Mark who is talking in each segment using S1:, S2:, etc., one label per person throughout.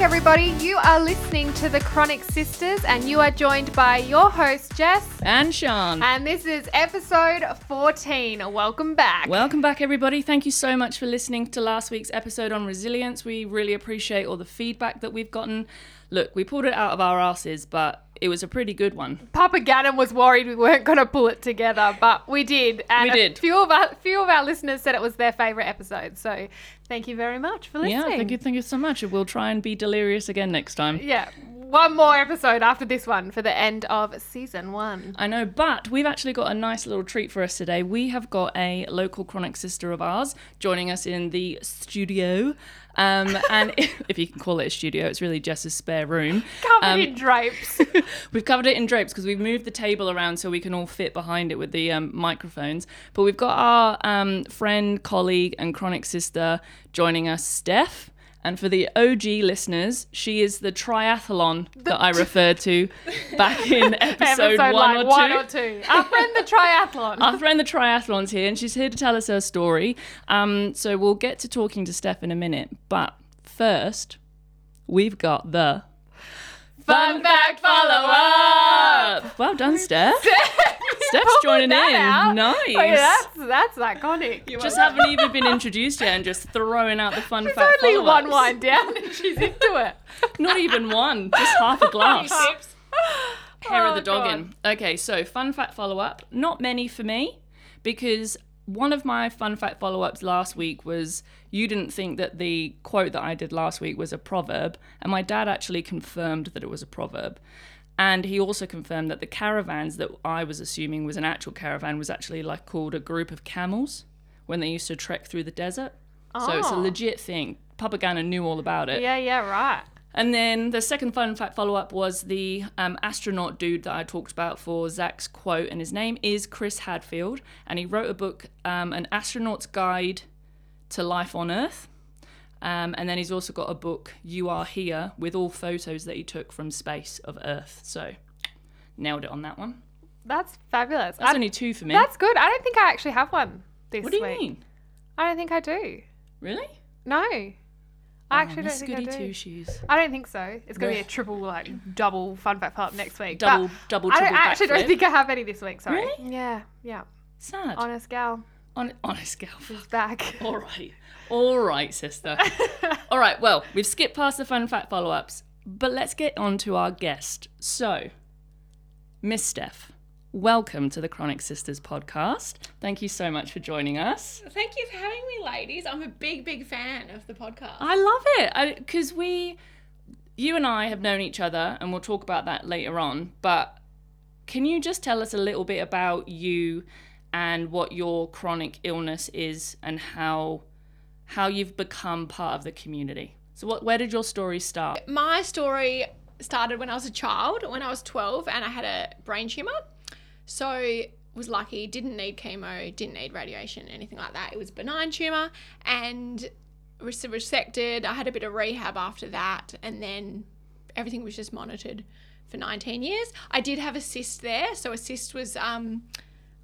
S1: everybody. You are listening to the Chronic Sisters, and you are joined by your host, Jess.
S2: And Sean.
S1: And this is episode 14. Welcome back.
S2: Welcome back, everybody. Thank you so much for listening to last week's episode on resilience. We really appreciate all the feedback that we've gotten. Look, we pulled it out of our asses, but it was a pretty good one.
S1: Papa Gannon was worried we weren't going to pull it together, but we did. And
S2: We did.
S1: A few of, our, few of our listeners said it was their favourite episode. So thank you very much for listening.
S2: Yeah, thank you, thank you so much. We'll try and be delirious again next time.
S1: Yeah, one more episode after this one for the end of season one.
S2: I know, but we've actually got a nice little treat for us today. We have got a local chronic sister of ours joining us in the studio. Um, and if you can call it a studio, it's really Jess's spare room.
S1: Covered
S2: Um,
S1: in drapes.
S2: We've covered it in drapes because we've moved the table around so we can all fit behind it with the um, microphones. But we've got our um, friend, colleague, and chronic sister joining us, Steph. And for the OG listeners, she is the triathlon that I referred to back in episode,
S1: episode
S2: one,
S1: like
S2: or
S1: one
S2: two.
S1: or two. Our friend the triathlon.
S2: Our friend the triathlon's here, and she's here to tell us her story. Um, so we'll get to talking to Steph in a minute, but first, we've got the
S1: Fun fact follow-up.
S2: Well done, Steph. Steph's joining in.
S1: That out.
S2: Nice.
S1: Oh, yeah, that's that's iconic.
S2: Just haven't even been introduced yet, and just throwing out the fun
S1: There's
S2: fact.
S1: only one
S2: follow-ups.
S1: wine down, and she's into it.
S2: Not even one. Just half a glass. Hair
S1: Oh,
S2: of the dog
S1: God.
S2: in. Okay, so fun fact follow up. Not many for me because one of my fun fact follow ups last week was you didn't think that the quote that I did last week was a proverb, and my dad actually confirmed that it was a proverb. And he also confirmed that the caravans that I was assuming was an actual caravan was actually like called a group of camels when they used to trek through the desert. So it's a
S1: Oh.
S2: legit thing. Papa Gannon knew all about it.
S1: Yeah, yeah, right.
S2: And then the second fun fact follow up was the um, astronaut dude that I talked about for Zach's quote, and his name is Chris Hadfield, and he wrote a book, um, An Astronaut's Guide to Life on Earth. Um, and then he's also got a book, You Are Here, with all photos that he took from space of Earth. So nailed it on that one.
S1: That's fabulous.
S2: That's
S1: I-
S2: only two for me.
S1: that's good. I don't think I actually have one this
S2: what do you
S1: week.
S2: mean?
S1: I don't think I do.
S2: Really?
S1: No, I actually
S2: oh,
S1: don't think I do.
S2: two shoes.
S1: I don't think so. It's going to be a triple, like double fun fact part next week. but
S2: Double, double,
S1: I
S2: triple
S1: don't, I actually
S2: backflip.
S1: don't think I have any this week. Sorry.
S2: Really?
S1: Yeah, yeah.
S2: Sad. On,
S1: Honest gal
S2: on, on a scale.
S1: is back.
S2: All right. All right, sister. All right, well, we've skipped past the fun fact follow ups, but let's get on to our guest. So, Miss Steph, welcome to the Chronic Sisters podcast. Thank you so much for joining us.
S3: Thank you for having me, ladies. I'm a big, big fan of the podcast.
S2: I love it because we, you and I have known each other, and we'll talk about that later on. But can you just tell us a little bit about you and what your chronic illness is, and how how you've become part of the community? So, what where did your story start?
S3: My story started when I was a child, when I was 12, and I had a brain tumor. So was lucky, didn't need chemo, didn't need radiation, anything like that. It was a benign tumor and was resected. I had a bit of rehab after that, and then everything was just monitored for 19 years. I did have a cyst there, so a cyst was um,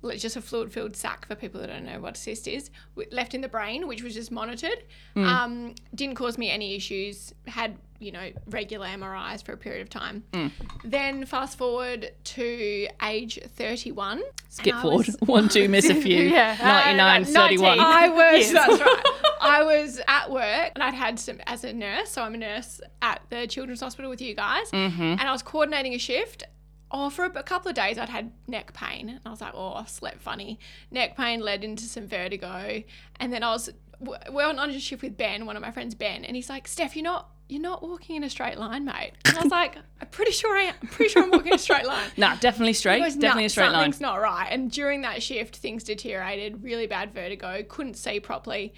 S3: like just a fluid filled sac for people that don't know what a cyst is, w- left in the brain, which was just monitored.
S2: Hmm.
S3: Um, didn't cause me any issues. Had you know regular MRIs for a period of time.
S2: Hmm.
S3: Then fast forward to age 31.
S2: Skip
S3: I
S2: forward
S3: was-
S2: one, two, miss a few,
S1: Yeah.
S2: ninety nine,
S1: Uh,
S2: thirty one.
S1: 19.
S3: I was.
S1: Yes.
S3: That's right. I was at work and I'd had some as a nurse. So I'm a nurse at the Children's Hospital with you guys, and I was coordinating a shift. Oh, for a, b- couple of days I'd had neck pain, and I was like, "Oh, I slept funny." Neck pain led into some vertigo, and then I was w- we went on a shift with Ben, one of my friends, Ben, and he's like, "Steph, you're not." You're not walking in a straight line, mate. And I was like, I'm pretty sure I am. I'm pretty sure I'm walking in a straight line.
S2: Nah, definitely straight.
S3: It was
S2: Definitely a
S3: nuts.
S2: straight line.
S3: Something's not right. And during that shift, things deteriorated. Really bad vertigo. Couldn't see properly.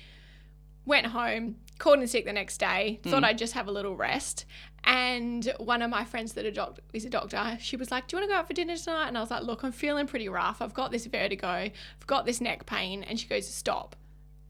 S3: Went home. Called in sick the next day.
S2: Hmm.
S3: Thought I'd just have a little rest. And one of my friends that a doc- is a doctor, she was like, "Do you want to go out for dinner tonight?" And I was like, "Look, I'm feeling pretty rough. I've got this vertigo. I've got this neck pain." And she goes, "Stop."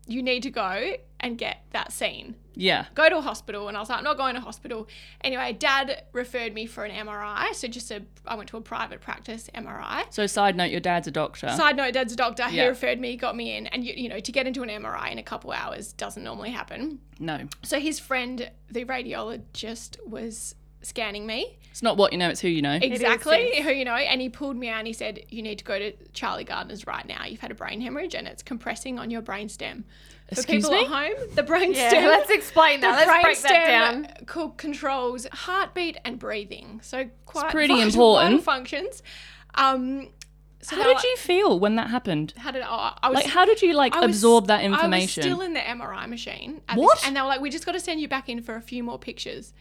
S3: you need to go and get that seen.
S2: Yeah.
S3: Go to a hospital. And I was like, I'm not going to hospital. Anyway, dad referred me for an MRI. So just a, I went to a private practice MRI.
S2: So, side note, your dad's a doctor.
S3: Side note, dad's a doctor. He
S2: Yeah.
S3: referred me, got me in. And, you, you know, to get into an MRI in a couple hours doesn't normally happen.
S2: no,
S3: So his friend, the radiologist, was scanning me.
S2: it's not what you know, it's who you know.
S1: is,
S3: Exactly,
S1: yes.
S3: who you know. And he pulled me out and he said, You need to go to Charlie Gardner's right now. You've had a brain hemorrhage and it's compressing on your brain stem. For
S2: Excuse
S3: people
S2: me?
S3: at home, the brain
S1: Yeah,
S3: stem.
S1: let's explain
S3: the
S1: that. Let's break that
S3: brainstem
S1: down.
S3: co- controls heartbeat and breathing. So quite
S2: pretty
S3: vital
S2: important.
S3: functions. Um, so
S2: How
S3: they were
S2: did
S3: like-
S2: you feel when that happened?
S3: How did uh, I? I was
S2: Like, how did you like
S3: I was-
S2: absorb that
S3: I was
S2: information?
S3: still in the MRI machine. at this-
S2: What?
S3: and they were like, "We just got to send you back in for a few more pictures."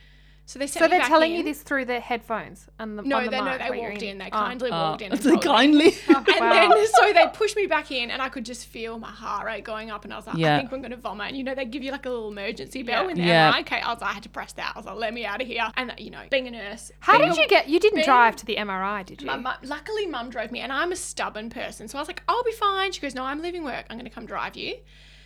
S3: So they sent
S1: So
S3: me
S1: they're
S3: back
S1: telling
S3: in.
S1: you this through the headphones and the
S3: No,
S1: on the
S3: they no,
S1: mic
S3: they
S1: where you're
S3: walked in. They
S1: Oh.
S3: kindly
S2: Uh,
S3: walked in. And, told me.
S2: kindly.
S3: and
S1: Wow.
S3: then so they pushed me back in, and I could just feel my heart rate going up, and I was like,
S2: Yeah.
S3: "I think I'm going to vomit." And you know, they give you like a little emergency bell
S2: Yeah.
S3: in the
S2: Yeah.
S3: MRI. Okay, I was like, I had to press that. I was like, "Let me out of here." And you know, being a nurse,
S1: How
S3: being
S1: did
S3: a-
S1: you get? You didn't
S3: being-
S1: drive to the MRI, did you?
S3: My mum, luckily, mum drove me, and I'm a stubborn person, so I was like, "I'll be fine." She goes, "No, I'm leaving work. I'm going to come drive you."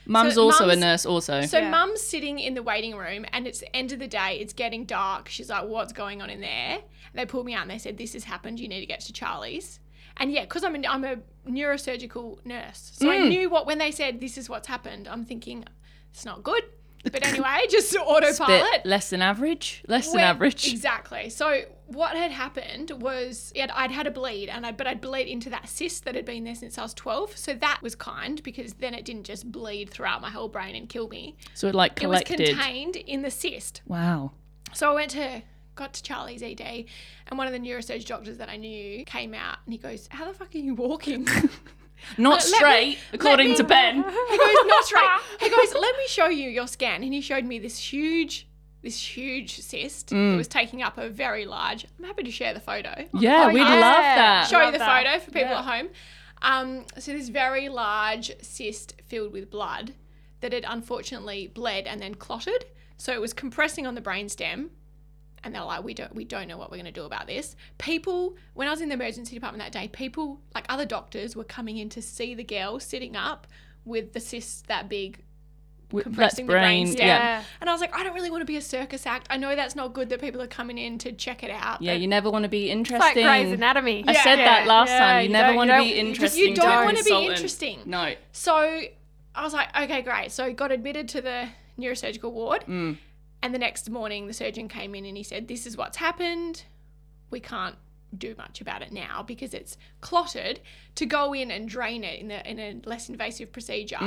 S2: Mum's
S3: so
S2: also a
S3: mum's-
S2: nurse, also.
S3: So
S1: Yeah.
S3: mum's sitting in the waiting room and it's the end of the day, it's getting dark. She's like, What's going on in there? And they pulled me out and they said, This has happened, you need to get to Charlie's. And yeah, because I'm a, I'm a neurosurgical nurse. So
S2: Mm.
S3: I knew what when they said this is what's happened, I'm thinking it's not good. But anyway, just autopilot.
S2: Bit less than average. Less
S3: Well,
S2: than average.
S3: Exactly. So what had happened was yeah, I'd had a bleed, and I but I'd bleed into that cyst that had been there since I was twelve. So that was kind because then it didn't just bleed throughout my whole brain and kill me.
S2: So it like
S3: It was
S2: collected.
S3: contained in the cyst.
S2: wow.
S3: So I went to got to Charlie's ED, and one of the neurosurgeon doctors that I knew came out, and he goes, "How the fuck are you walking?"
S2: Not
S3: Uh, let me-
S2: straight, according
S3: me- Oh,
S2: to Ben.
S3: He goes, not straight. He goes, let me show you your scan. And he showed me this huge, this huge cyst that was taking up a very large. I'm happy to share the photo.
S2: Yeah,
S1: Oh,
S2: we'd
S1: yeah.
S2: love that.
S3: show you
S1: love
S3: the
S1: that.
S3: photo for people
S2: Yeah.
S3: at home. Um, so this very large cyst filled with blood that had unfortunately bled and then clotted. So it was compressing on the brainstem. And they're like, we don't, we don't know what we're going to do about this. People, when I was in the emergency department that day, people like other doctors were coming in to see the girl sitting up with the cyst that big
S2: W- That's
S3: compressing the
S2: brain.
S3: brainstem.
S2: Yeah. yeah.
S1: yeah.
S3: and I was like, I don't really want to be a circus act. I know that's not good that people are coming in to check it out. but
S2: you never want to be
S1: It's like
S2: interesting.
S1: Grey's Anatomy.
S2: I said that last
S1: Yeah,
S2: time.
S1: you
S2: You,
S1: don't-
S2: never
S1: you
S2: want to
S1: don't-
S2: be
S1: you
S2: interesting.
S3: you don't
S2: to
S3: want to be
S2: consultant.
S3: interesting.
S2: No.
S3: So I was like, okay, great. So got admitted to the neurosurgical ward.
S2: Mm.
S3: And the next morning, the surgeon came in and he said, This is what's happened. We can't do much about it now because it's clotted. To go in and drain it in, the, in a less invasive procedure,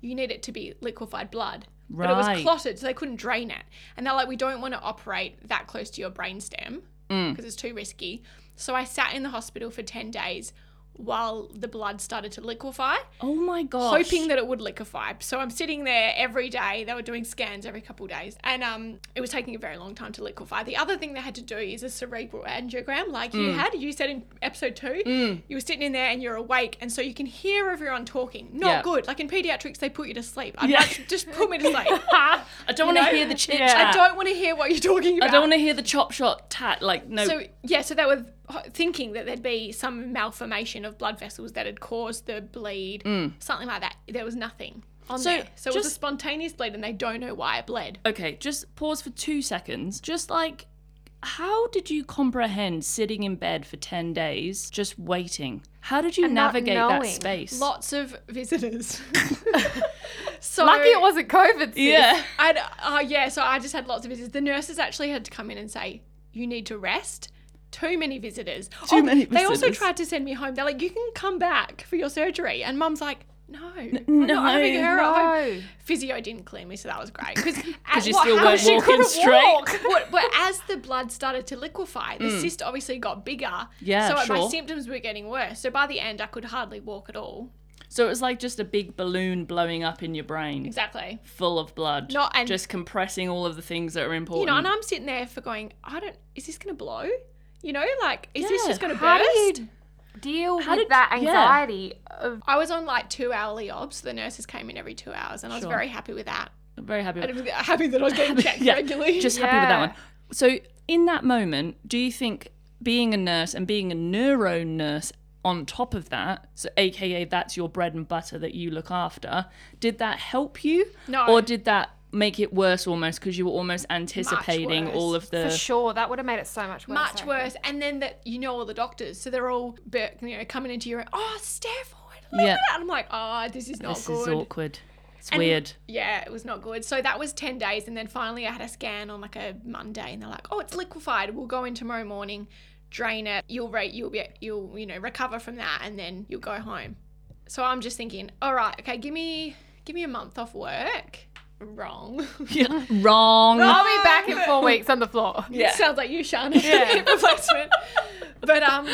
S3: you need it to be liquefied blood. But it
S2: Mm. Right.
S3: was clotted, so they couldn't drain it. And they're like, We don't want to operate that close to your brainstem
S2: Mm.
S3: because it's too risky. So I sat in the hospital for 10 days while the blood started to liquefy
S2: Oh my gosh.
S3: hoping that it would liquefy. So I'm sitting there every day. They were doing scans every couple of days, and um, it was taking a very long time to liquefy. The other thing they had to do is a cerebral angiogram, like you
S2: Mm.
S3: had. You said in episode two, you were sitting in there and you're awake, and so you can hear everyone talking. Not
S2: Yeah.
S3: good. Like in pediatrics, they put you to sleep. I'm
S2: Yeah.
S3: like, just put me to sleep.
S2: I don't want to hear the chit chat.
S3: I don't want to hear what you're talking about.
S2: I don't want to hear the chop shot tat. Like no.
S3: So yeah, so they were h- thinking that there'd be some malformation of blood vessels that had caused the bleed, something like that. There was nothing on
S2: So
S3: there, so it was a
S2: just-
S3: spontaneous bleed, and they don't know why it bled.
S2: okay, just pause for two seconds. Just like, how did you comprehend sitting in bed for ten days, just waiting? How did you
S1: And not
S2: navigate that
S1: knowing.
S2: space?
S3: Lots of visitors. so
S1: Lucky it wasn't COVID. Sis.
S2: yeah.
S3: I'd, oh yeah, so I just had lots of visitors. The nurses actually had to come in and say, "You need to rest." Too many visitors. Too
S2: many
S3: They also
S2: visitors.
S3: tried to send me home. They're like, "You can come back for your surgery," and Mum's like, "No,
S2: no,
S3: i having her at home."
S1: No.
S3: physio didn't clear me, so that was great. Because
S2: you still weren't
S1: She
S2: Walking
S1: couldn't
S2: straight.
S1: walk.
S3: But, but as the blood started to liquefy, the cyst obviously got bigger.
S2: Yeah,
S3: So my
S2: sure.
S3: symptoms were getting worse. So by the end, I could hardly walk at all.
S2: So it was like just a big balloon blowing up in your brain,
S3: Exactly.
S2: full of blood,
S3: Not- and-
S2: just compressing all of the things that are
S3: You
S2: important.
S3: know, and I'm sitting there for going, I don't. Is this gonna blow? You know, like, is this
S2: Yeah.
S3: just gonna
S1: How do you
S3: burst?
S1: Deal
S2: How
S1: with
S2: did-
S1: that
S2: yeah.
S1: anxiety of
S3: I was on like two hourly obs. The nurses came in every two hours, and I was
S2: Sure.
S3: very happy with that.
S2: I'm very happy.
S3: And I
S2: With,
S3: was happy that I was getting checked
S2: yeah,
S3: regularly.
S2: just happy with that
S1: Yeah.
S2: one. So in that moment, do you think being a nurse and being a neuro nurse on top of that, so AKA that's your bread and butter that you look after, did that help you?
S3: No.
S2: Or did that make it worse almost because you were almost anticipating
S3: worse.
S2: all of the.
S1: For sure, that would have made it so much worse.
S3: much
S1: I reckon.
S3: worse. And then that you know all the doctors, so they're all be- you know coming into your oh stare forward.
S2: Yeah.
S3: Yeah, I'm like oh this is not
S2: This
S3: good.
S2: is awkward. It's
S3: And-
S2: weird.
S3: Yeah, it was not good. So that was 10 days. And then finally, I had a scan on like a Monday, and they're like, oh, it's liquefied. We'll go in tomorrow morning, drain it. You'll rate, you'll be, you'll, you know, recover from that, and then you'll go home. So I'm just thinking, all right, okay, give me, give me a month off work. Wrong.
S2: Yeah. Wrong.
S1: I'll be back in four weeks on the floor.
S2: Yeah.
S3: Sounds like you, Sean. Replacement. But um,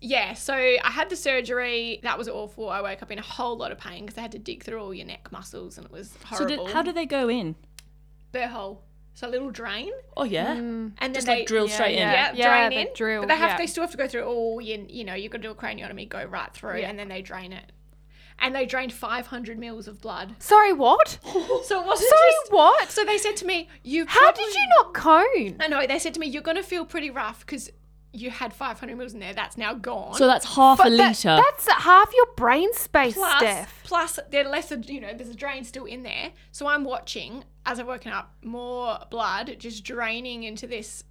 S3: yeah. So I had the surgery. That was awful. I woke up in a whole lot of pain because they had to dig through all your neck muscles, and it was
S2: So,
S3: horrible.
S2: did, how do they go in?
S3: burr hole? So a little drain,
S2: Oh, yeah.
S3: and
S2: Just like
S3: then they
S2: drill
S1: yeah,
S2: straight in.
S3: Yeah,
S1: Yeah,
S3: drain
S1: the
S3: in.
S1: drill,
S3: but they have
S1: yeah.
S3: they still have to go through all you you know you got to do a craniotomy, go right through,
S1: Yeah.
S3: and then they drain it. And they drained 500 mils of blood.
S1: Sorry, what?
S3: So it wasn't
S1: Sorry,
S3: just.
S1: what?
S3: So they said to me, "You
S1: How
S3: probably-
S1: did you not cone?
S3: I know they said to me, "You're gonna feel pretty rough because you had 500 mils in there. That's now gone."
S2: So that's half a
S1: But that-
S2: litre.
S1: that's half your brain space,
S3: plus,
S1: Steph.
S3: plus there less of- you know there's a drain still in there. So I'm watching as I've woken up more blood just draining into this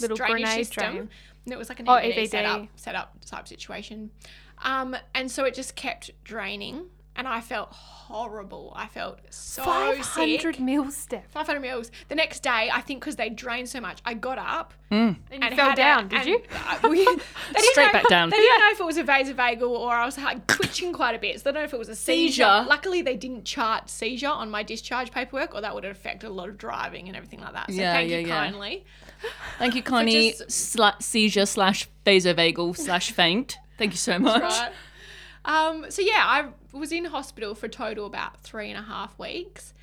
S1: Little
S3: drainage
S1: grenade
S3: system.
S1: drain.
S3: And it was like an
S1: Oh,
S3: EVD,
S1: EVD.
S3: setup setup type situation. Um, and so it just kept draining, and I felt horrible. I felt so
S1: Five
S3: sick.
S1: hundred mil, Steph.
S3: 500 mils. The next day, I think because they drained so much, I got up
S1: And you fell
S3: had a-
S1: down, did
S3: and-
S1: you?
S3: Uh, we- they didn't
S2: Straight
S3: know-
S2: back down.
S3: They didn't know if it was a vasovagal or I was like twitching quite a bit. So they don't know if it was a seizure.
S2: Seizure.
S3: Luckily, they didn't chart seizure on my discharge paperwork, or that would have affected a lot of driving and everything like that. So
S2: Yeah,
S3: thank you
S2: yeah, yeah.
S3: kindly.
S2: Thank you, Connie.
S3: just-
S2: Sla- seizure slash vasovagal slash faint. Thank you so much.
S3: Right. Um, so yeah, I was in hospital for a total about three and a half weeks,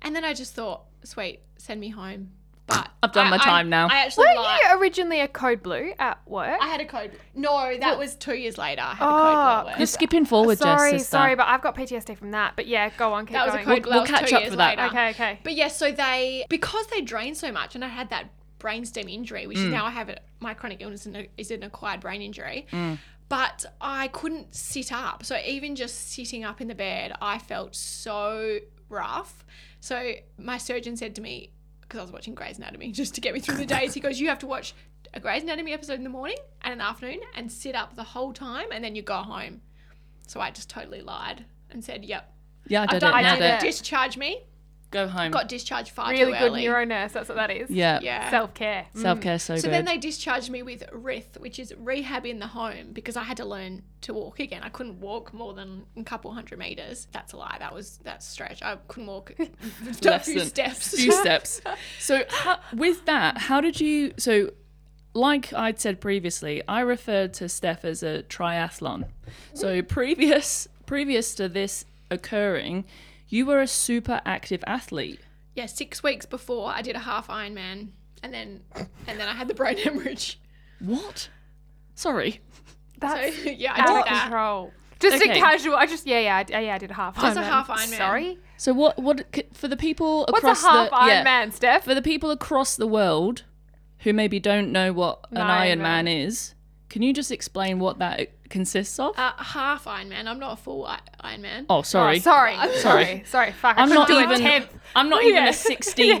S3: and then I just thought, sweet, send me home. But
S2: I've done
S3: I-
S2: my
S3: I-
S2: time now.
S3: I actually
S1: Weren't
S3: lied.
S1: you originally a code blue at work?
S3: I had a code. No, that was two years later. I
S1: Oh,
S3: had a code. blue at
S2: You're
S3: work.
S2: skipping forward, Jess,
S1: sorry,
S2: sister.
S1: sorry, but I've got PTSD from that. But yeah, go on, keep
S3: That was a
S1: going.
S3: code. blue.
S2: We'll
S3: That was
S2: catch
S3: two
S2: up
S3: years
S2: for that.
S3: later.
S1: okay, okay.
S3: But yeah, so they because they drained so much, and I had that brainstem injury, which is now I have it. My chronic illness is an- is an acquired brain injury, but I couldn't sit up. So even just sitting up in the bed, I felt so rough. So my surgeon said to me because I was watching Grey's Anatomy just to get me through the days. He goes, "You have to watch a Grey's Anatomy episode in the morning and an afternoon, and sit up the whole time, and then you go home." So I just totally lied and said, "Yep."
S2: Yeah, I
S3: I've
S2: did
S3: done
S2: it.
S3: my
S2: Nailed
S1: did
S2: it.
S1: it.
S3: Discharge me.
S2: Go home.
S3: Got discharged far
S1: really
S3: too
S1: good
S3: early.
S1: neuro nurse. That's what that is. Mm.
S2: yeah.
S3: Yeah.
S1: Self care.
S2: Self care so,
S3: so
S2: good.
S3: then they discharged me with RITH, which is rehab in the home, because I had to learn to walk again. I couldn't walk more than a couple hundred meters. That's a lie. That was that's a stretch. I couldn't walk a
S2: Less
S3: few
S2: than-
S3: steps.
S2: few steps. So how, with that, how did you? So, like I'd said previously, I referred to Steph as a triathlon.
S3: Mm.
S2: So previous previous to this occurring, you were a super active athlete.
S3: yeah, six weeks before I did a half Ironman, and then and then I had the brain hemorrhage.
S2: What? Sorry.
S3: So
S1: That's
S3: yeah, I
S1: out
S3: did
S1: of
S3: that.
S1: control. Just a
S2: Okay.
S1: casual. I just yeah yeah I, d- yeah I did a half.
S3: Just a
S1: Ironman.
S3: half Ironman.
S1: Sorry.
S2: So what? What c- for the people
S1: What's
S2: across
S1: a half
S2: the
S1: Ironman,
S2: yeah,
S1: Steph?
S2: for the people across the world who maybe don't know what an
S1: Iron
S2: Iron Man is? Can you just explain what that consists of?
S3: Uh, half Ironman. I'm not a full I- Ironman.
S2: oh,
S1: Oh,
S2: sorry.
S1: sorry.
S2: sorry.
S1: Sorry. Sorry. Fuck. I
S2: I'm
S1: couldn't
S2: not
S1: do a
S2: even.
S1: tenth.
S2: I'm not even
S1: Yeah.
S2: a sixteenth.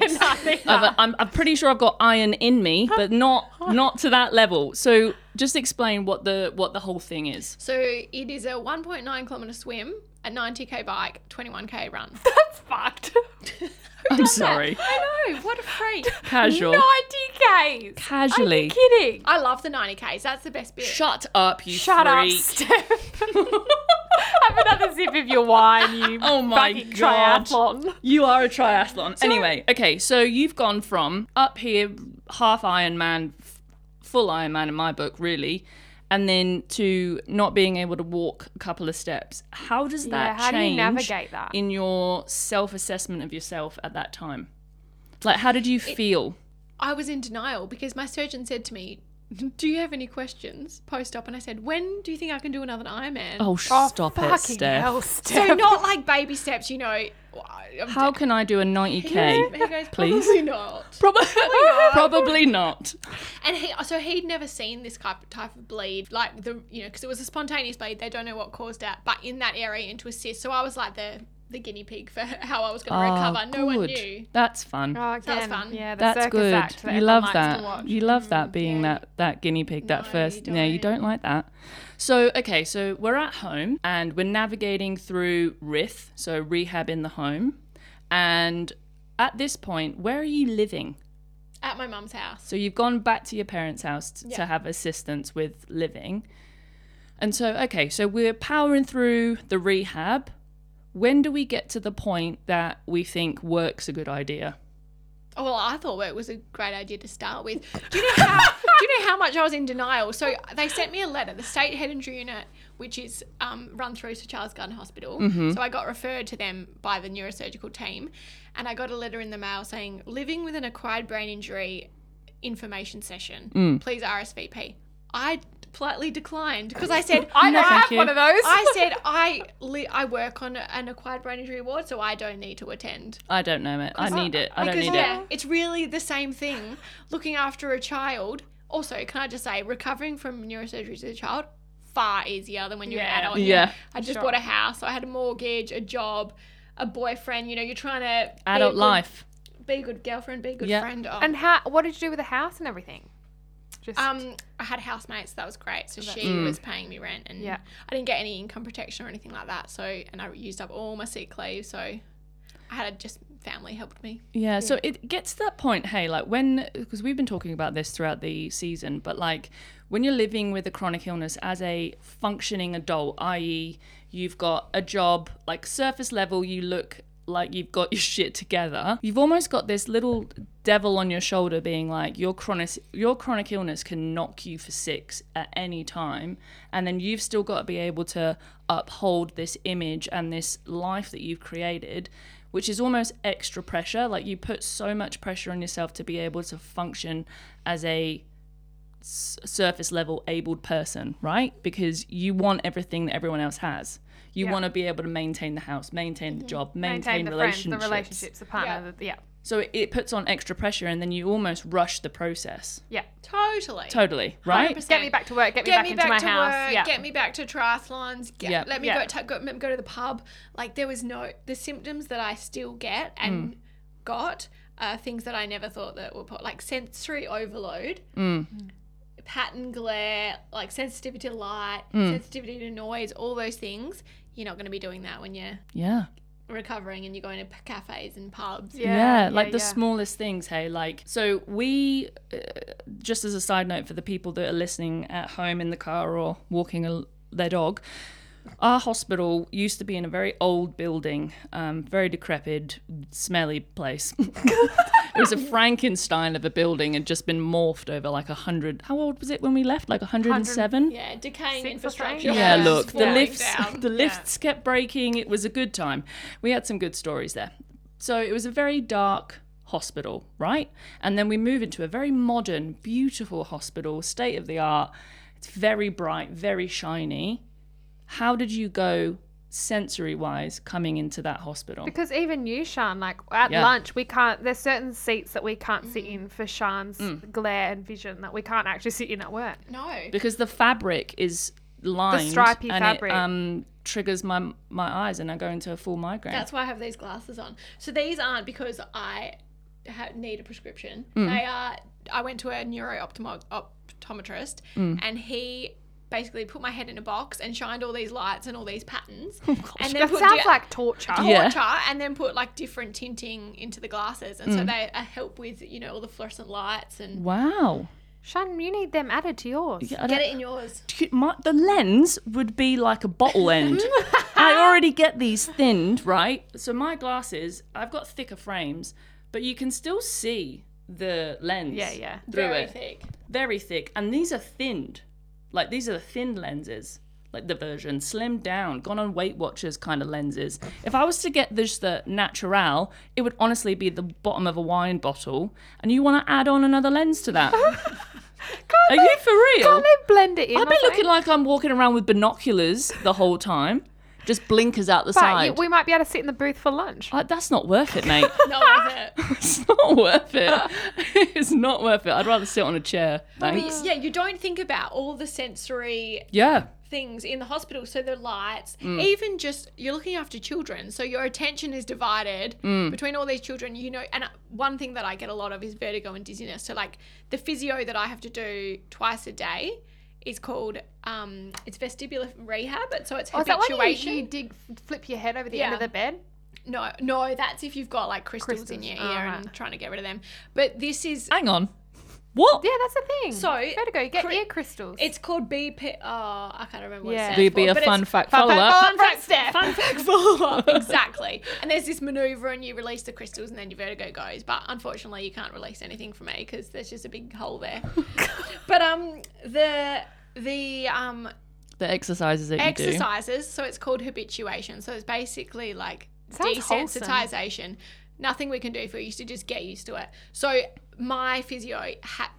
S1: Yeah, no, I think
S2: of a, I'm, I'm pretty sure I've got iron in me, but not not to that level. So just explain what the what the whole thing is.
S3: So it is a 1.9 kilometer swim, a 90k bike, 21k run.
S1: That's fucked.
S2: Uh, I'm sorry,
S3: I know. What a freak.
S2: casual,
S1: Ninety k's. Are you
S2: casually.
S1: kidding?
S3: I love the 90Ks. That's the best bit.
S2: Shut up, you
S1: Shut
S2: freak.
S1: up, Steph. Have another sip of your wine, you
S2: Oh my
S1: fucking
S2: God.
S1: triathlon.
S2: You are a triathlon. Anyway, okay, so you've gone from up here, half Ironman, f- full Ironman in my book, really, and then to not being able to walk a couple of steps. How does
S1: Yeah,
S2: that
S1: how do you
S2: change
S1: navigate that?
S2: in your self assessment of yourself at that time? Like, how did you feel?
S3: I was in denial because my surgeon said to me, Do you have any questions post op? And I said, When do you think I can do another Ironman?
S2: oh, sh-
S1: Oh,
S2: stop it,
S1: fucking
S2: Steph.
S1: hell,
S3: So,
S1: Steph.
S3: not like baby steps, you know, Well, I- I'm
S2: How can I do a 90k?
S3: dead. He goes,
S2: please?
S3: Probably not.
S2: Probably, probably not.
S3: And he, so he'd never seen this type type of bleed, like the you know, because it was a spontaneous bleed. They don't know what caused it, but in that area and to assist. So I was like the the guinea pig for how I was going to recover. No one
S2: Oh, Ah, good.
S3: knew.
S2: That's fun.
S1: Oh,
S3: That was
S1: again,
S3: fun.
S1: yeah, the
S2: That's
S1: circus
S2: good.
S1: act.
S2: you
S1: everyone
S2: love
S1: likes to
S2: that.
S1: watch.
S2: You love that being that that guinea pig, that
S3: No, you
S2: first. Yeah, you
S3: don't.
S2: don't like that. So okay, so we're at home and we're navigating through Rith, so rehab in the home, and at this point, where are you living?
S3: At my mum's house.
S2: So you've gone back to your parents' house t-
S3: Yeah.
S2: to have assistance with living. And so, okay, so we're powering through the rehab. When do we get to the point that we think work's a good idea?
S3: Oh, well, I thought it was a great idea to start with. Do you know how? do you know how much I was in denial? So they sent me a letter. The state head injury unit, which is um, run through Sir Charles Gunn Hospital, so I got referred to them by the neurosurgical team, and I got a letter in the mail saying living with an acquired brain injury information session. Please RSVP. I politely declined because I said I
S1: I
S2: thank
S1: have
S2: you.
S1: one of those.
S3: I said I li- I work on an acquired brain injury ward, so I don't need to attend.
S2: I don't know, mate. I need it. I don't
S3: Because
S2: need
S3: yeah,
S2: it.
S3: it's really the same thing. Looking after a child. Also, can I just say, recovering from neurosurgery as a child far easier than when you're
S1: Yeah.
S3: an adult.
S2: Yeah.
S3: I just bought a house. I had a mortgage, a job, a boyfriend. You know, you're trying to be a
S2: Adult
S3: good-
S2: life.
S3: be a good girlfriend, be a good
S2: Yeah.
S3: friend. Oh.
S1: And how? What did you do with the house and everything? Just
S3: um, I had housemates. That was great. So she
S2: Mm.
S3: was paying me rent, and
S1: Yeah.
S3: I didn't get any income protection or anything like that. So, and I used up all my sick leave. So, I had just family helped me.
S2: Yeah, so it gets to that point, hey, like when, because we've been talking about this throughout the season, but like when you're living with a chronic illness as a functioning adult, i.e., you've got a job, like surface level, you look like you've got your shit together, you've almost got this little devil on your shoulder being like, your chronic, your chronic illness can knock you for six at any time. And then you've still got to be able to uphold this image and this life that you've created which is almost extra pressure. Like you put so much pressure on yourself to be able to function as a s- surface level abled person, right? Because you want everything that everyone else has. You want to be able to maintain the house, maintain the job,
S1: maintain
S2: maintain,
S1: the friends,
S2: relationships.
S1: the relationships, the partner. Yeah,
S2: So it- it puts on extra pressure, and then you almost rush the process.
S1: yeah.
S3: Totally.
S2: Totally, right?
S3: 100%.
S1: Get me back to work. Get me
S3: get
S1: back
S3: me
S1: into
S3: back
S1: my
S3: to
S1: house.
S3: work,
S1: yeah.
S3: get me back to triathlons, get,
S2: Yeah.
S3: let me
S1: Yeah.
S3: go, to, go, go to the pub. Like there was no, the symptoms that I still get and got are things that I never thought that were, po- like sensory overload, Mm. pattern glare, like sensitivity to light, sensitivity to noise, all those things. You're not going to be doing that when you're
S2: Yeah.
S3: recovering and you're going to p- cafes and pubs.
S2: yeah, like the
S1: yeah.
S2: smallest things hey like so we uh, just as a side note for the people that are listening at home in the car or walking a, their dog our hospital used to be in a very old building um, very decrepit smelly place it was a frankenstein of a building and just been morphed over like a hundred how old was it when we left like 107
S3: Yeah, decaying
S1: Six or something?
S3: infrastructure.
S2: yeah,
S1: Yeah.
S2: look, the
S3: falling
S2: lifts
S3: down.
S2: the lifts kept breaking. It was a good time. We had some good stories there. So it was a very dark hospital, right? And then we move into a very modern, beautiful hospital, state of the art. It's very bright, very shiny. How did you go sensory wise coming into that hospital?
S1: Because even you, Sean, like at
S2: Yeah.
S1: lunch, we can't. There's certain seats that we can't
S3: Mm.
S1: sit in for Sean's
S2: Mm.
S1: glare and vision that we can't actually sit in at work.
S3: No.
S2: Because the fabric is lined
S1: stripy
S2: and
S1: fabric.
S2: it um, triggers my my eyes and I go into a full migraine.
S3: That's why I have these glasses on. So these aren't because I ha- need a prescription.
S1: Mm.
S3: They are. I went to a neuro optomo- optometrist,
S1: Mm.
S3: and he basically put my head in a box and shined all these lights and all these patterns, and
S1: Oh, That
S3: put
S1: sounds
S3: di-
S1: like torture.
S2: Yeah.
S3: torture, and then put like different tinting into the glasses, and
S1: Mm.
S3: so they uh, help with you know all the fluorescent lights and
S2: wow.
S1: Sean, you need them added to yours.
S2: Yeah, I
S3: get it in yours.
S2: Dude, my, the lens would be like a bottle end. I already get these thinned, right? So my glasses, I've got thicker frames, but you can still see the lens.
S1: Yeah, yeah.
S2: Through
S3: Very
S2: it.
S3: thick.
S2: Very thick. And these are thinned. Like these are the thin lenses. Like the version slimmed down, gone on Weight Watchers kind of lenses. If I was to get this the natural, it would honestly be the bottom of a wine bottle. And you want to add on another lens to that? Are you for real?
S1: Can't they blend it in?
S2: I've been looking like I'm walking around with binoculars the whole time. just blinkers out the
S1: But
S2: side.
S1: you, we might be able to sit in the booth for lunch.
S2: Like, that's not worth it, mate.
S3: No, is it?
S2: it's not worth it. it's not worth it. I'd rather sit on a chair. Thanks.
S3: Yeah, you don't think about all the sensory
S2: Yeah.
S3: things in the hospital. So the lights,
S1: Mm.
S3: even just you're looking after children, so your attention is divided
S1: Mm.
S3: between all these children. You know, and uh, one thing that I get a lot of is vertigo and dizziness. So like the physio that I have to do twice a day is called um, it's vestibular rehab. But so it's
S1: Oh, is that
S3: habituation.
S1: when you, you dig, flip your head over the end
S3: Yeah.
S1: of the bed?
S3: No, no, that's if you've got like crystals, in your
S1: Crystals. uh-huh.
S3: ear
S1: Oh,
S3: and trying to get rid of them. But this is
S2: Hang on. What?
S1: Yeah, that's the thing.
S3: So,
S1: vertigo, you get
S3: cri-
S1: ear crystals.
S3: It's called BP. Oh, I can't remember what
S1: Yeah.
S3: it stands
S2: There'd be
S3: for,
S2: a
S3: but
S2: fun
S3: it's
S2: fact
S1: Fun
S2: follow
S1: fact
S2: up.
S1: follow-up from Steph.
S3: Fun fact follow up. exactly. And there's this maneuver, and you release the crystals, and then your vertigo goes. But unfortunately, you can't release anything from me because there's just a big hole there. but um, the the um
S2: The exercises that you do.
S3: exercises. So it's called habituation. So it's basically like
S1: Sounds wholesome.
S3: desensitization. Nothing we can do for you to just get used to it. So my physio ha-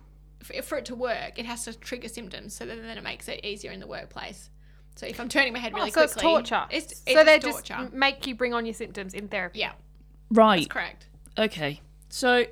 S3: f- for it to work, it has to trigger symptoms. So then, then it makes it easier in the workplace. So if I'm turning my head really
S1: Oh, so it's
S3: quickly,
S1: torture.
S3: It's, it's
S1: so they
S3: torture.
S1: just m- make you bring on your symptoms in therapy.
S3: yeah,
S2: Right.
S3: correct.
S2: Okay. So,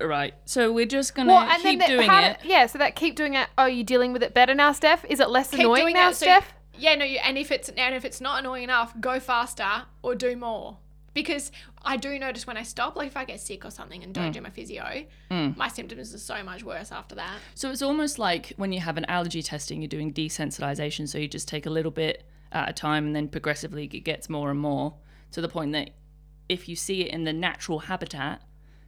S2: right. So we're just gonna
S1: Well, and
S2: keep
S1: then the,
S2: doing
S1: how
S2: it.
S1: do- yeah, so that keep doing it. Oh, you dealing with it better now, Steph? Is it less
S3: Keep
S1: annoying
S3: doing
S1: now,
S3: that. So-
S1: Steph?
S3: yeah, no. You, and if it's and if it's not annoying enough, go faster or do more. Because I do notice when I stop, like if I get sick or something and don't
S1: Hmm.
S3: do my physio, my symptoms are so much worse after that.
S2: So it's almost like when you have an allergy testing, you're doing desensitization. So you just take a little bit at a time, and then progressively it gets more and more to the point that if you see it in the natural habitat,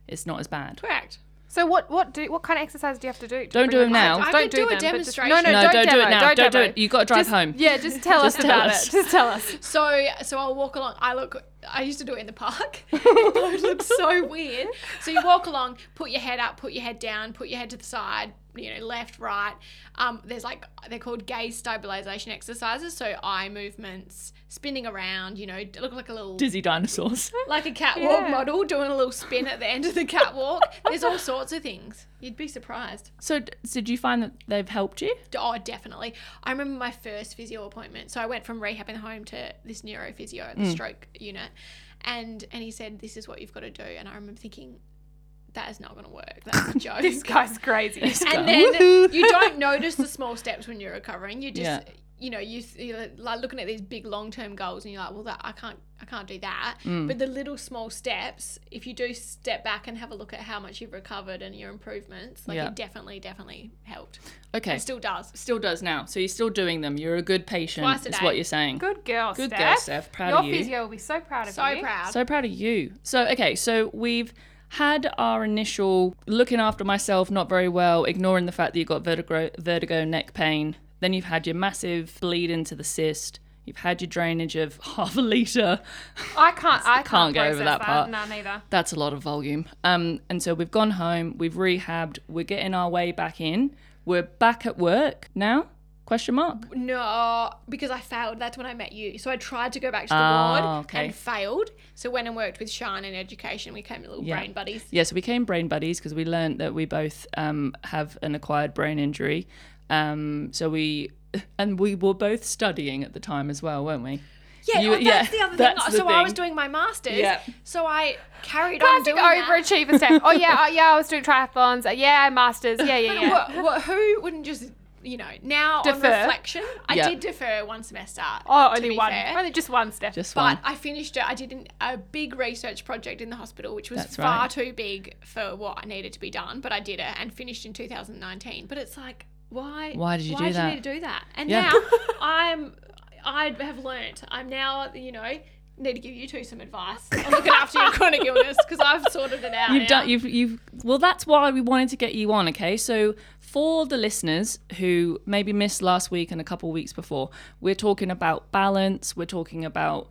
S2: it's not as bad.
S3: Correct.
S1: so what what do what kind of exercise do you have to do? to
S2: Don't do
S1: bring
S2: them
S1: on-
S2: now.
S3: I
S1: don't
S3: could
S1: do,
S3: do a
S1: them, but just-
S3: demonstration.
S1: no, no,
S2: No,
S1: don't,
S2: don't do
S1: demo,
S2: it now. Don't do
S1: demo.
S2: it. You gotta drive
S1: Just-
S2: home.
S1: Yeah, just tell
S2: Just
S1: us
S2: tell
S1: about
S2: us.
S1: it. Just tell us.
S3: So so I'll walk along. I look. I used to do it in the park. it looks so weird. So you walk along, put your head up, put your head down, put your head to the side. You know, left, right. Um, there's like they're called gaze stabilization exercises. So eye movements, spinning around. You know, look like a little
S2: Dizzy dinosaurs.
S3: like a catwalk
S1: Yeah.
S3: model doing a little spin at the end of the catwalk. There's all sorts of things. You'd be surprised.
S2: So d- did you find that they've helped you?
S3: D- Oh, definitely. I remember my first physio appointment. So I went from rehab in the home to this neurophysio at the
S1: Mm.
S3: stroke unit. And and he said, This is what you've got to do. And I remember thinking, That is not going to work. That's a joke.
S1: This guy's crazy.
S3: and
S2: guy.
S3: then
S2: Woohoo.
S3: you don't notice the small steps when you're recovering. You just,
S2: Yeah.
S3: you know, you you're like looking at these big long term goals, and you're like, well, that I can't, I can't do that.
S2: Mm.
S3: But the little small steps, if you do step back and have a look at how much you've recovered and your improvements, like
S2: Yeah.
S3: it definitely, definitely helped.
S2: Okay.
S3: It still does.
S2: Still does now. So you're still doing them. You're a good patient.
S3: Twice a
S2: is
S3: day.
S2: what you're saying.
S1: Good girl,
S2: Good
S1: Steph.
S2: girl, Steph. Proud
S1: Your
S2: of you.
S1: physio will be so proud of
S3: So
S1: you.
S3: proud.
S2: So proud of you. So, okay, so we've had our initial looking after myself not very well, ignoring the fact that you got vertigo, vertigo neck pain. Then you've had your massive bleed into the cyst. You've had your drainage of half a litre.
S1: I can't. I can't,
S2: Can't go over
S1: process
S2: that part.
S1: No, neither.
S2: That's a lot of volume. Um, and so we've gone home, we've rehabbed, we're getting our way back in. We're back at work now? Question mark.
S3: No, because I failed. That's when I met you. So I tried to go back to the
S2: Ah,
S3: board
S2: okay.
S3: and failed. So when I worked with Sean in education, we became little
S2: Yeah.
S3: brain buddies.
S2: Yeah, so we became brain buddies because we learned that we both um, have an acquired brain injury. Um, so we, and we were both studying at the time as well, weren't we?
S3: Yeah,
S2: You-
S3: oh, that's
S2: yeah,
S3: the other thing.
S2: that's the
S3: so I was
S2: thing.
S3: doing my masters.
S2: Yeah.
S3: So I carried on
S1: Classic
S3: doing that.
S1: overachiever, Steph. Oh yeah, oh, yeah. I was doing triathlons. Uh, Yeah, masters. Yeah, yeah, yeah.
S3: What, what, who wouldn't just, you know, now
S1: Defer.
S3: on reflection, I
S2: Yeah.
S3: did defer one semester.
S1: Oh,
S3: to
S1: only
S3: be
S1: one.
S3: fair.
S1: Only just one, Steph.
S2: Just
S3: But
S2: one.
S3: I finished it. I did an, a big research project in the hospital, which was
S2: That's
S3: far
S2: right.
S3: too big for what I needed to be done. But I did it and finished in 2019. But it's like, why?
S2: Why did you do
S3: why
S2: that?
S3: you need to do that? And
S2: Yeah.
S3: now I'm, I have learnt. I'm now, you know, need to give you two some advice on looking after your chronic illness because I've sorted it out.
S2: You've
S3: now.
S2: done. You've. You've. Well, that's why we wanted to get you on. Okay, so for the listeners who maybe missed last week and a couple weeks before, we're talking about balance. We're talking about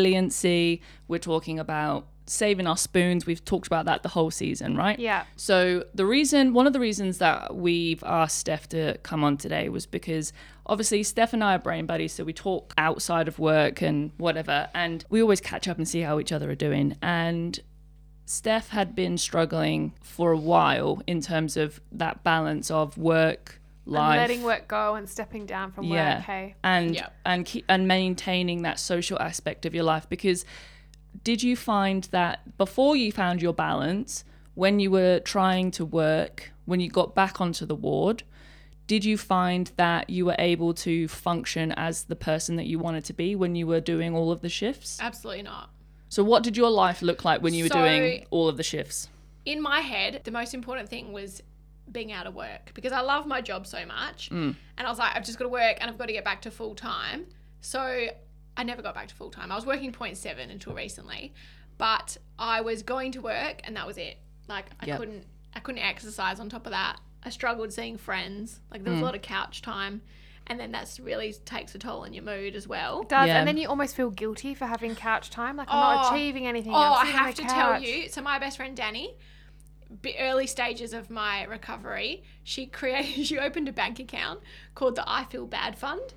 S2: resiliency. We're talking about saving our spoons. We've talked about that the whole season, right?
S1: Yeah.
S2: So the reason, one of the reasons that we've asked Steph to come on today was because obviously Steph and I are brain buddies, so we talk outside of work and whatever, and we always catch up and see how each other are doing. And Steph had been struggling for a while in terms of that balance of work, life.
S1: letting work go and stepping down from
S2: yeah
S1: work. Hey,
S2: and
S3: Yep.
S2: and keep, and maintaining that social aspect of your life because did you find that before you found your balance when you were trying to work when you got back onto the ward did you find that you were able to function as the person that you wanted to be when you were doing all of the shifts
S3: Absolutely not.
S2: so what did your life look like when you were
S3: So-
S2: doing all of the shifts
S3: in my head, the most important thing was being out of work because I love my job so much. And I was like, I've just got to work and I've got to get back to full time. So I never got back to full time. I was working 0.7 until recently, but I was going to work and that was it. Like I
S2: Yep.
S3: couldn't I couldn't exercise on top of that. I struggled seeing friends. Like there was a lot of couch time. And then that's really takes a toll on your mood as well.
S1: does
S2: Yeah.
S1: and then you almost feel guilty for having couch time. Like I'm not
S3: Oh.
S1: achieving anything.
S3: Oh,
S1: I'm
S3: I
S1: sitting on
S3: have
S1: the
S3: to tell
S1: couch.
S3: you. So my best friend Danny, b- early stages of my recovery, she created, she opened a bank account called the I Feel Bad Fund,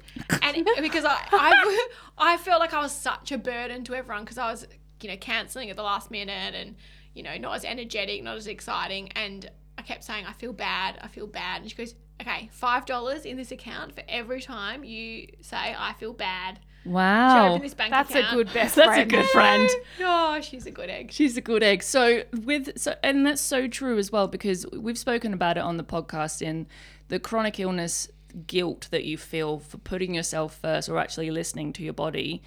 S3: and it- because I, I, I felt like I was such a burden to everyone because I was, you know, cancelling at the last minute and, you know, not as energetic, not as exciting, and I kept saying I feel bad, I feel bad, and she goes. Okay, five dollars in this account for every time you say I feel bad. She
S2: wow
S3: opened this bank
S1: That's a
S3: account.
S1: good best
S2: that's a
S1: friend.
S2: good friend
S3: Oh, she's a good egg.
S2: She's a good egg. So with so and that's so true as well because we've spoken about it on the podcast in the chronic illness guilt that you feel for putting yourself first or actually listening to your body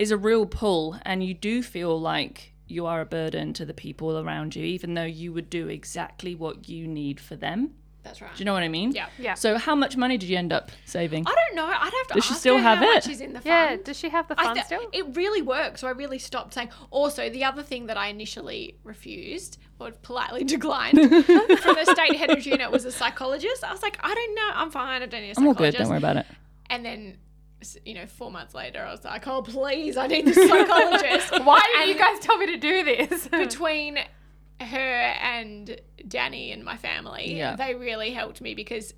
S2: is a real pull and you do feel like you are a burden to the people around you even though you would do exactly what you need for them.
S3: That's right.
S2: Do you know what I mean?
S3: Yeah.
S1: Yeah.
S2: So how much money did you end up saving?
S3: I don't know. I'd have to
S2: Does
S3: ask
S2: she still
S3: her
S2: have
S3: how much
S2: it?
S3: is in the fund.
S1: Yeah. Does she have the
S3: I
S1: fun
S3: th-
S1: still?
S3: It really worked, so I really stopped saying. Also, the other thing that I initially refused or politely declined from the state head of unit was a psychologist. I was like, I don't know, I'm fine. I don't need a
S2: I'm all
S3: psychologist.
S2: good. Don't worry about it.
S3: And then, s- you know, four months later, I was like, oh please, I need this psychologist.
S1: Why did you guys tell me to do this?
S3: between her and Danny and my family,
S2: Yeah.
S3: they really helped me because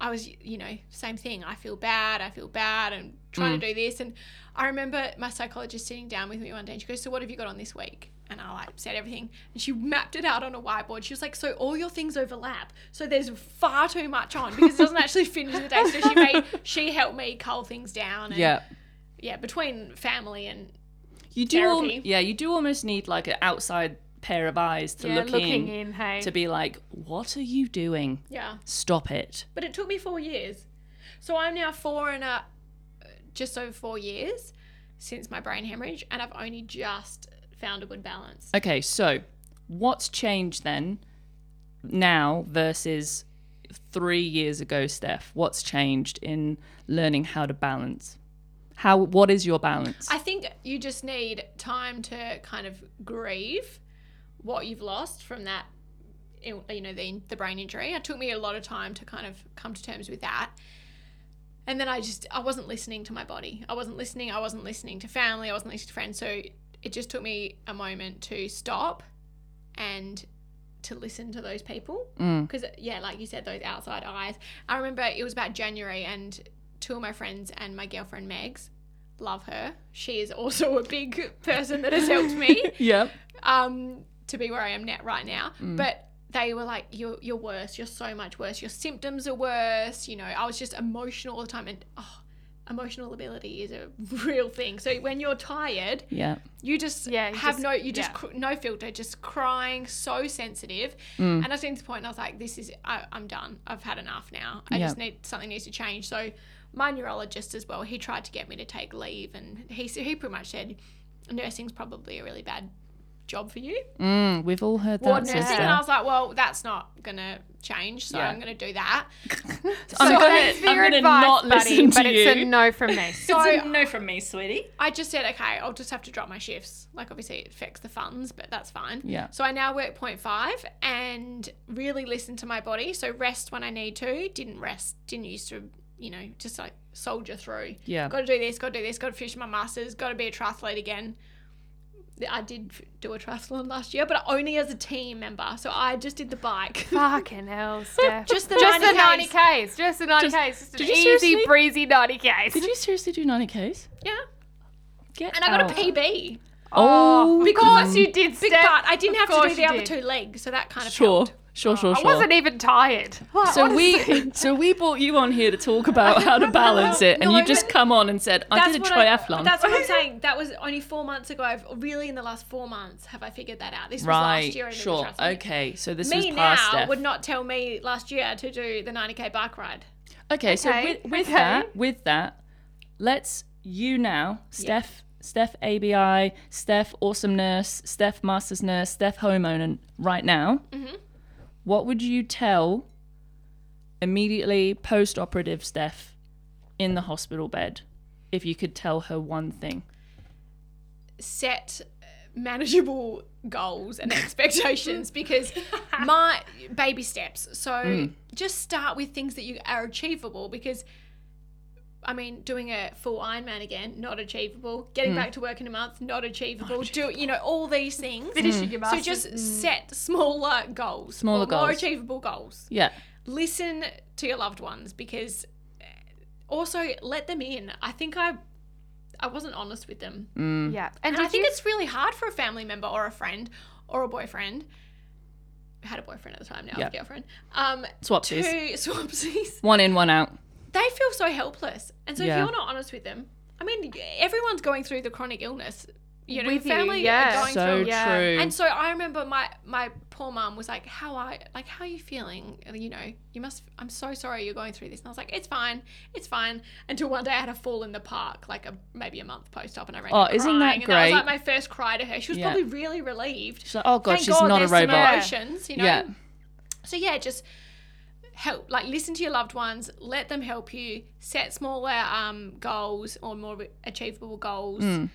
S3: I was, you know, same thing. I feel bad, I feel bad, and trying to do this. And I remember my psychologist sitting down with me one day and she goes, So, what have you got on this week? And I like said everything. And she mapped it out on a whiteboard. She was like, So, all your things overlap. So, there's far too much on because it doesn't actually finish the day. So, she made, she helped me cull things down. And Yeah, between family and
S2: You do al-
S3: Therapy.
S2: yeah, you do almost need like an outside pair of eyes to
S1: yeah,
S2: look
S1: looking
S2: in.
S1: in. Hey.
S2: to be like, what are you doing?
S3: yeah.
S2: Stop it.
S3: but it took me four years. So I'm now four and a, just over four years since my brain hemorrhage, and I've only just found a good balance.
S2: Okay, so what's changed then now versus three years ago, Steph? What's changed in learning how to balance? How what is your balance?
S3: I think you just need time to kind of grieve what you've lost from that, ill- you know, the, the brain injury. It took me a lot of time to kind of come to terms with that. And then I just, I wasn't listening to my body. I wasn't listening. I wasn't listening to family. I wasn't listening to friends. So it just took me a moment to stop and to listen to those people. Because, yeah, like you said, those outside eyes. I remember it was about January and two of my friends and my girlfriend Megs love her. She is also a big person that has helped me
S2: yep.
S3: um, to be where I am net right now. But they were like, "You're you're worse. You're so much worse. Your symptoms are worse." You know, I was just emotional all the time, and oh, emotional ability is a real thing. So when you're tired,
S2: Yeah.
S3: you just
S1: Yeah, you
S3: have
S1: just-
S3: no you just
S1: yeah.
S3: cr- no filter, just crying, so sensitive.
S1: Mm.
S3: And I was getting to the point, and I was like, "This is I, I'm done. I've had enough now. I just
S2: Yeah.
S3: need something needs to change." So my neurologist as well, he tried to get me to take leave, and he s- he pretty much said, "Nursing's probably a really bad job for you."
S2: Mm, we've all heard that,
S3: ward nursing,
S2: sister.
S3: and I was like, well, that's not gonna change, so
S2: Yeah.
S3: I'm gonna do that.
S2: I'm
S1: so
S2: gonna-
S1: thanks for
S2: I'm
S1: your
S2: gonna
S1: advice,
S2: not
S1: buddy,
S2: listen to
S1: but it's
S2: you.
S1: a no from me.
S3: So
S2: no from me, sweetie.
S3: I just said, okay, I'll just have to drop my shifts. Like, obviously, it affects the funds, but that's fine.
S2: Yeah.
S3: So I now work 0.5 and really listen to my body. So rest when I need to. Didn't rest. Didn't used to. You know, just like soldier through.
S2: Yeah.
S3: Got to do this. Got to do this. Got to finish my masters. Got to be a triathlete again. I did f- do a triathlon last year, but only as a team member. So I just did the bike.
S1: Fucking hell, Steph.
S3: Just the
S1: just
S3: 90Ks.
S1: the 90 Ks. Just the 90 Ks. Just an
S2: did you
S1: easy,
S2: seriously-
S1: breezy 90 Ks.
S2: Did you seriously do 90Ks?
S3: Yeah.
S2: Get
S3: And I got
S2: out.
S3: a PB.
S2: Oh,
S1: Of course you did,
S3: Big
S1: Steph.
S3: part. I didn't
S1: Of
S3: have to
S1: course
S3: do the
S1: you
S3: other
S1: did.
S3: two legs, so that kind of
S2: sure.
S3: helped.
S2: Sure, sure,
S1: I
S2: sure.
S1: wasn't even tired. Like,
S2: so
S1: honestly.
S2: we so we brought you on here to talk about how to balance it, and
S4: No,
S2: you just
S4: but-
S2: come on and said, "I did a
S3: what
S2: triathlon."
S3: I, that's what I'm saying. That was only four months ago. I've really in the last four months have I figured that out. This was
S2: right,
S3: last year. I did the
S2: sure,
S3: triathlon.
S2: okay. So this
S3: Me
S2: was past
S3: now
S2: Steph.
S3: would not tell me last year to do the 90k bike ride.
S2: Okay, so
S1: Okay,
S2: with, with
S1: okay.
S2: that, with that, let's you now, Steph, Steph ABI, Steph Awesome Nurse, Steph Masters Nurse, Steph Homeowner, right now.
S3: Mm-hmm.
S2: What would you tell immediately post-operative Steph in the hospital bed if you could tell her one thing?
S3: set manageable goals and expectations because my baby steps. So
S2: Hmm.
S3: just start with things that you are achievable because I mean, doing a full Ironman again, not achievable.
S2: Hmm.
S3: Getting back to work in a month, not achievable. Do you know all these things?
S2: Hmm.
S1: finishing your
S3: So
S1: masters. mm.
S3: just set smaller goals,
S2: Smaller
S3: or more
S2: goals.
S3: achievable goals
S2: Yeah.
S3: listen to your loved ones because uh, also let them in. I think I I wasn't honest with them.
S2: Mm, Hmm.
S1: yeah. And,
S3: And
S1: did
S3: I think
S1: you,
S3: it's really hard for a family member or a friend or a boyfriend. I had a boyfriend at the time, now I have a
S2: Yeah.
S3: girlfriend. Um to
S2: Swapsies.
S3: swapsies.
S2: One in, one out.
S3: They feel so helpless. And so
S2: Yeah.
S3: if you're not honest with them, I mean everyone's going through the chronic illness. You know,
S1: With you,
S3: family
S1: yeah.
S3: are going
S2: So
S3: through
S1: yeah.
S2: true.
S3: and so I remember my my poor mum was like, "How are like how are you feeling? You know, you must. I'm so sorry you're going through this." And I was like, "It's fine, it's fine." Until one day I had a fall in the park, like a maybe a month post op, and I ran.
S2: Oh,
S3: out
S2: isn't that
S3: crying, And that was like
S2: great?
S3: my first cry to her. She was
S2: Yeah.
S3: probably really relieved.
S2: She's like, oh god,
S3: Thank
S2: she's
S3: God
S2: not a
S3: there's some
S2: robot.
S3: Emotions, you know.
S2: Yeah.
S3: So yeah, just help. Like listen to your loved ones, let them help you. Set smaller um, goals or more achievable goals.
S2: Mm.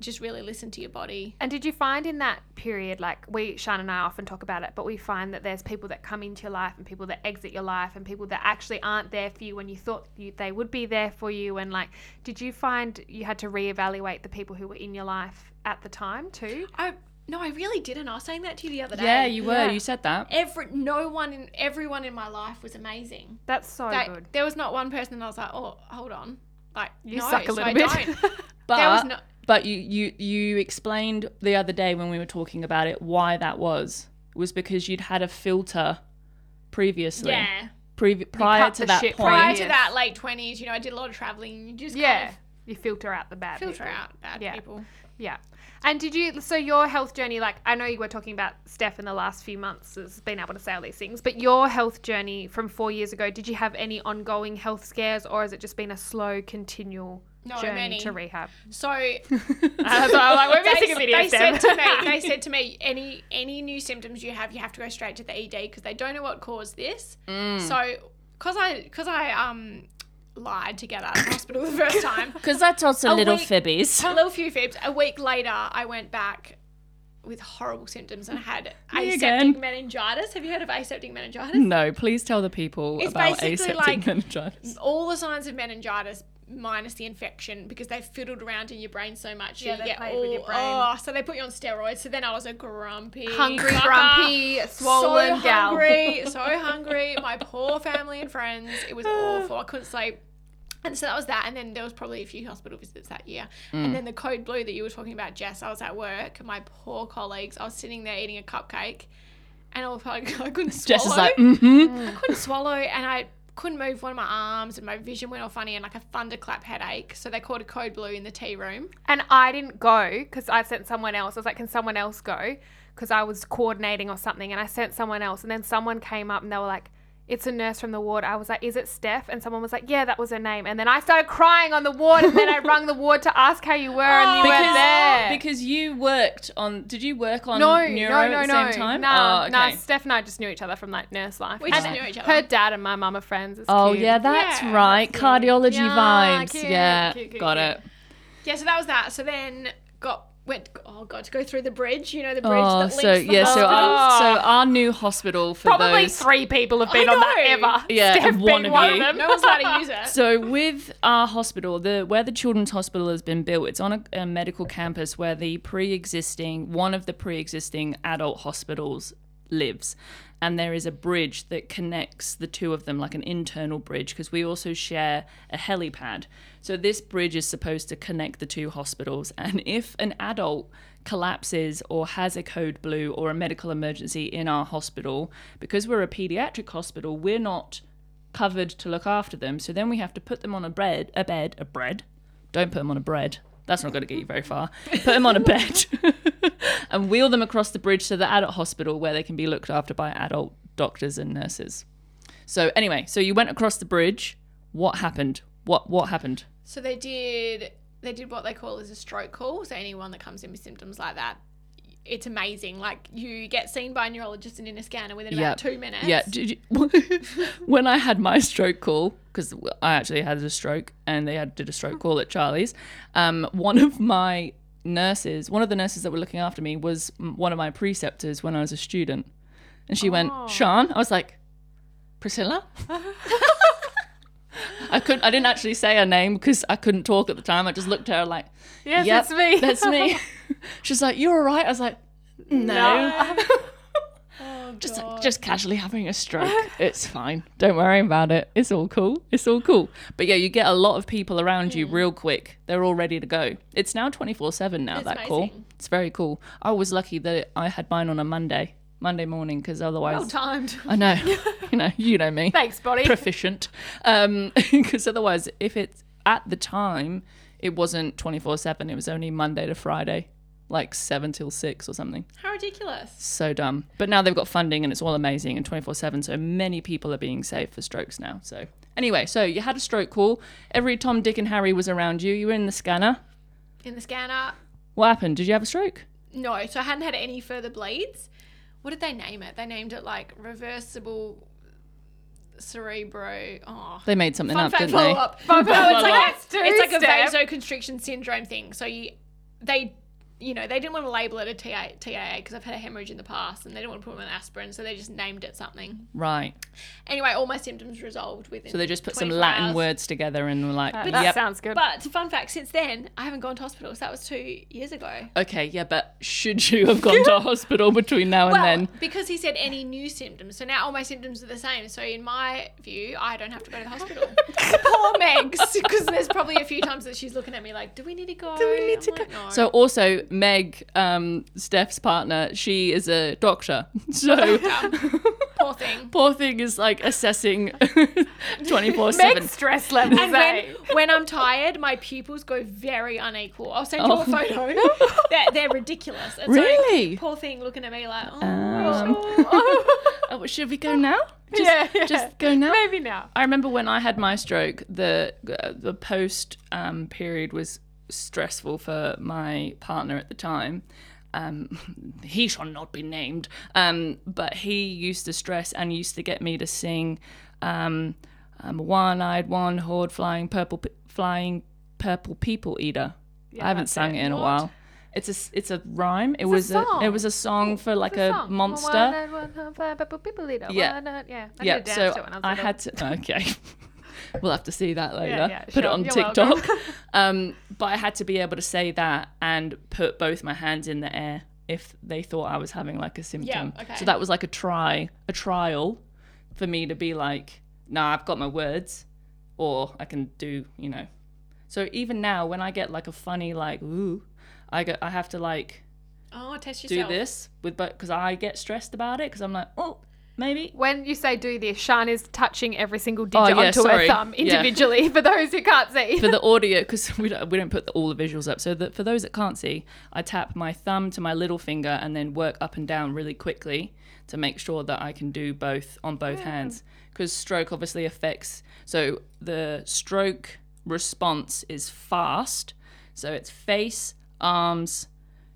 S3: Just really listen to your body.
S1: and did you find in that period, like we, Sean and I often talk about it, but we find that there's people that come into your life and people that exit your life and people that actually aren't there for you when you thought you, they would be there for you. And like, did you find you had to reevaluate the people who were in your life at the time too?
S3: I no, I really didn't. I was saying that to you the other day.
S2: Yeah, you were.
S1: Yeah.
S2: You said that.
S3: Every no one in everyone in my life was amazing.
S1: That's so
S3: Like,
S1: good.
S3: there was not one person that I was like, oh, hold on, like
S1: You
S3: no,
S1: suck a
S3: so
S1: little
S3: I
S1: bit.
S3: Don't.
S2: But
S3: there was no.
S2: But you, you you explained the other day when we were talking about it why that was was because you'd had a filter previously
S3: Yeah.
S2: previ- prior
S1: cut
S2: to
S1: the
S2: that
S1: shit
S2: point.
S1: prior
S3: Prior
S1: Yes.
S3: to that, late twenties, you know, I did a lot of traveling. You just
S1: yeah.
S3: yeah, kind
S1: you filter out the bad.
S3: of filter
S1: people.
S3: out bad
S1: Yeah.
S3: people.
S1: Yeah. And did you, so your health journey, like I know you were talking about Steph in the last few months has been able to say all these things, but your health journey from four years ago, did you have any ongoing health scares or has it just been a slow, continual
S3: No,
S1: journey
S3: many.
S1: to rehab?
S3: So
S1: Uh, so I'm like, we're
S3: they,
S1: missing a video,
S3: they said
S1: Steph.
S3: to me, they said to me, any any new symptoms you have, you have to go straight to the ED because they don't know what caused this.
S1: Mm.
S3: So, cause I cause I um lied to get out of hospital the first time.
S2: Because that's lots of little
S3: week-
S2: fibbies.
S3: a little few fibs. A week later, I went back with horrible symptoms and had
S2: Me
S3: aseptic
S2: again. Mm.
S3: meningitis. Have you heard of aseptic meningitis?
S2: No, please tell the people
S3: It's
S2: about
S3: basically
S2: aseptic
S3: like-
S2: meningitis.
S3: All the signs of meningitis minus the infection because they fiddled around in your brain so much
S1: Yeah,
S3: you
S1: they
S3: get
S1: played
S3: all
S1: with your brain.
S3: oh so they put you on steroids so then I was a grumpy
S1: Hungry,
S3: fucker.
S1: grumpy, swollen
S3: so
S1: gal.
S3: hungry, so hungry. My poor family and friends. It was awful. I couldn't sleep. And so that was that. And then there was probably a few hospital visits that year.
S1: Mm.
S3: And then the code blue that you were talking about, Jess, I was at work. My poor colleagues. I was sitting there eating a cupcake, and I, was like, I couldn't swallow.
S2: Jess is like,
S1: "Mm."
S2: mm-hmm.
S3: I couldn't swallow, and I couldn't move one of my arms, and my vision went all funny, and like a thunderclap headache. So they called a code blue in the tea room.
S1: And I didn't go because I sent someone else. I was like, can someone else go? Because I was coordinating or something and I sent someone else. And then someone came up and they were like, it's a nurse from the ward. I was like, is it Steph? And someone was like, yeah, that was her name. And then I started crying on the ward and then I rung the ward to ask how you were and you
S2: because
S1: weren't there.
S2: because you worked on. Did you work on
S1: no,
S2: neuro
S1: no, no,
S2: at the
S1: no.
S2: same time?
S1: Nah,
S2: oh,
S1: nah,
S2: okay.
S1: Steph and I just knew each other from like nurse life.
S3: We
S1: And
S3: just knew each other.
S1: Her dad and my mum are friends. It's
S2: Oh
S1: cute.
S2: yeah, that's
S3: Yeah,
S2: right.
S3: that's
S2: Cardiology
S1: Yeah,
S2: vibes.
S1: cute,
S2: yeah,
S1: cute, cute,
S2: got
S1: cute.
S2: it.
S3: Yeah, so that was that. So then got went. Oh god, to go through the bridge. You know the bridge
S2: Oh,
S3: that links
S2: so
S3: the
S2: yeah, so
S3: hospital.
S2: our, so our new hospital for
S1: Probably
S2: those.
S1: three people have been
S3: I
S1: on that
S3: know.
S1: ever.
S2: Yeah,
S1: Steph
S2: and one
S1: being
S2: of
S1: one of
S2: you.
S1: them.
S3: no one's allowed to use it.
S2: So with our hospital, the where the children's hospital has been built, it's on a, a medical campus where the pre-existing one of the pre-existing adult hospitals lives. And there is a bridge that connects the two of them, like an internal bridge, because we also share a helipad. So this bridge is supposed to connect the two hospitals. And if an adult collapses or has a code blue or a medical emergency in our hospital, because we're a pediatric hospital, we're not covered to look after them. So then we have to put them on a bed, a bed, a bread. Don't put them on a bread. That's not going to get you very far. Put them on a bed and wheel them across the bridge to the adult hospital where they can be looked after by adult doctors and nurses. So anyway, so you went across the bridge. What happened? What what happened?
S3: So they did they did what they call as a stroke call. So anyone that comes in with symptoms like that, it's amazing. Like you get seen by a neurologist and in a scanner within
S2: Yeah.
S3: about two minutes.
S2: Yeah. Did you, when I had my stroke call, because I actually had a stroke and they had, did a stroke call at Charlie's, um, one of my nurses, one of the nurses that were looking after me was m- one of my preceptors when I was a student. And she
S1: Oh.
S2: went, Sean, I was like, Priscilla? I couldn't, I didn't actually say her name because I couldn't talk at the time. I just looked at her like,
S1: Yes,
S2: "Yep,
S1: that's me.
S2: That's me. She's like, you're all right. I was like, no.
S3: Oh,
S2: Just
S3: God.
S2: just casually having a stroke. It's fine. Don't worry about it. It's all cool. It's all cool. But yeah, you get a lot of people around
S3: Mm.
S2: you real quick. They're all ready to go. It's now 24/7 now
S3: It's
S2: that call.
S3: amazing.
S2: It's very cool. I was lucky that I had mine on a Monday. Monday morning because
S3: well
S2: otherwise
S3: timed.
S2: I know. you know, you know me.
S1: Thanks, body.
S2: Proficient. Um because otherwise if it's at the time it wasn't 24/7. It was only Monday to Friday, like 7 till 6 or something.
S3: How ridiculous.
S2: So dumb. But now they've got funding and it's all amazing and 24 7. So many people are being saved for strokes now. So, anyway, so you had a stroke call. Every Tom, Dick, and Harry was around you. You were in the scanner.
S3: In the scanner.
S2: What happened? Did you have a stroke?
S3: No, so I hadn't had any further bleeds. What did they name it? They named it like reversible cerebro. Oh,
S2: They made something
S3: Fun
S2: up,
S3: fact
S2: didn't they?
S3: follow up.
S1: Fun
S3: No,
S1: fact
S3: it's like
S1: follow
S3: a,
S1: up.
S3: it's like a
S1: Two-step.
S3: vasoconstriction syndrome thing. So you, they, you know, they didn't want to label it a TA, TAA because I've had a hemorrhage in the past, and they didn't want to put me on aspirin, so they just named it something.
S2: Right.
S3: Anyway, all my symptoms resolved within.
S2: So they just put some
S3: 24
S2: Latin
S3: hours.
S2: words together and were like,
S1: That, that
S2: yep.
S1: sounds good.
S3: But fun fact: since then, I haven't gone to hospital. So that was two years ago.
S2: okay, yeah, but should you have gone to hospital between now and
S3: Well,
S2: then?
S3: because he said any new symptoms, so now all my symptoms are the same. So in my view, I don't have to go to the hospital. Poor Megs, because there's probably a few times that she's looking at me like, "Do we need to go? Do we need
S2: Oh,
S3: to go?"
S2: So also Meg, um, Steph's partner, she is a doctor. So
S3: Poor thing.
S2: poor thing is like assessing 24
S1: Meg's
S2: 7
S1: stress levels.
S3: And
S1: eh?
S3: when, when I'm tired, my pupils go very unequal. I'll send you
S2: Oh.
S3: a photo. they're, they're ridiculous. It's
S2: Really?
S3: Like, poor thing looking at me like, oh,
S2: Um, oh, should we go now just,
S1: yeah, yeah.
S2: just go now
S1: Maybe now.
S2: i remember when i had my stroke the uh, the post um, period was stressful for my partner at the time um, he shall not be named um, but he used to stress and used to get me to sing um, um, one-eyed one horde flying purple p- flying purple people eater i haven't
S1: that's
S2: sung it,
S1: it.
S2: in a
S1: What?
S2: while it's a s- it's a rhyme it was a,
S1: song.
S2: it was a song for like a,
S1: song.
S2: monster
S1: One night, one time, fly, but but people eat it.
S2: Yeah.
S1: One night- yeah. I
S2: yeah,
S1: did a
S2: so
S1: dance to it when I was
S2: I
S1: little.
S2: had to. Okay. we'll have to see that later.
S1: yeah,
S2: put it
S1: sure.
S2: on
S1: You're
S2: TikTok. um, but I had to be able to say that and put both my hands in the air if they thought I was having like a symptom.
S3: okay.
S2: So that was like a try, a trial for me to be like, nah, I've got my words, or I can do, you know. So even now, when I get like a funny like ooh, I go, I have to like
S3: oh, test
S2: do
S3: yourself.
S2: this with, but because I get stressed about it because I'm like, oh, maybe
S1: When you say do this, Shan is touching every single digit
S2: Oh, yeah,
S1: onto
S2: sorry.
S1: her thumb
S2: Yeah.
S1: individually for those who can't see.
S2: for the audio because we don't, we don't put the, all the visuals up so that for those that can't see i tap my thumb to my little finger and then work up and down really quickly to make sure that i can do both on both hands because stroke obviously affects so the stroke response is fast so it's face arms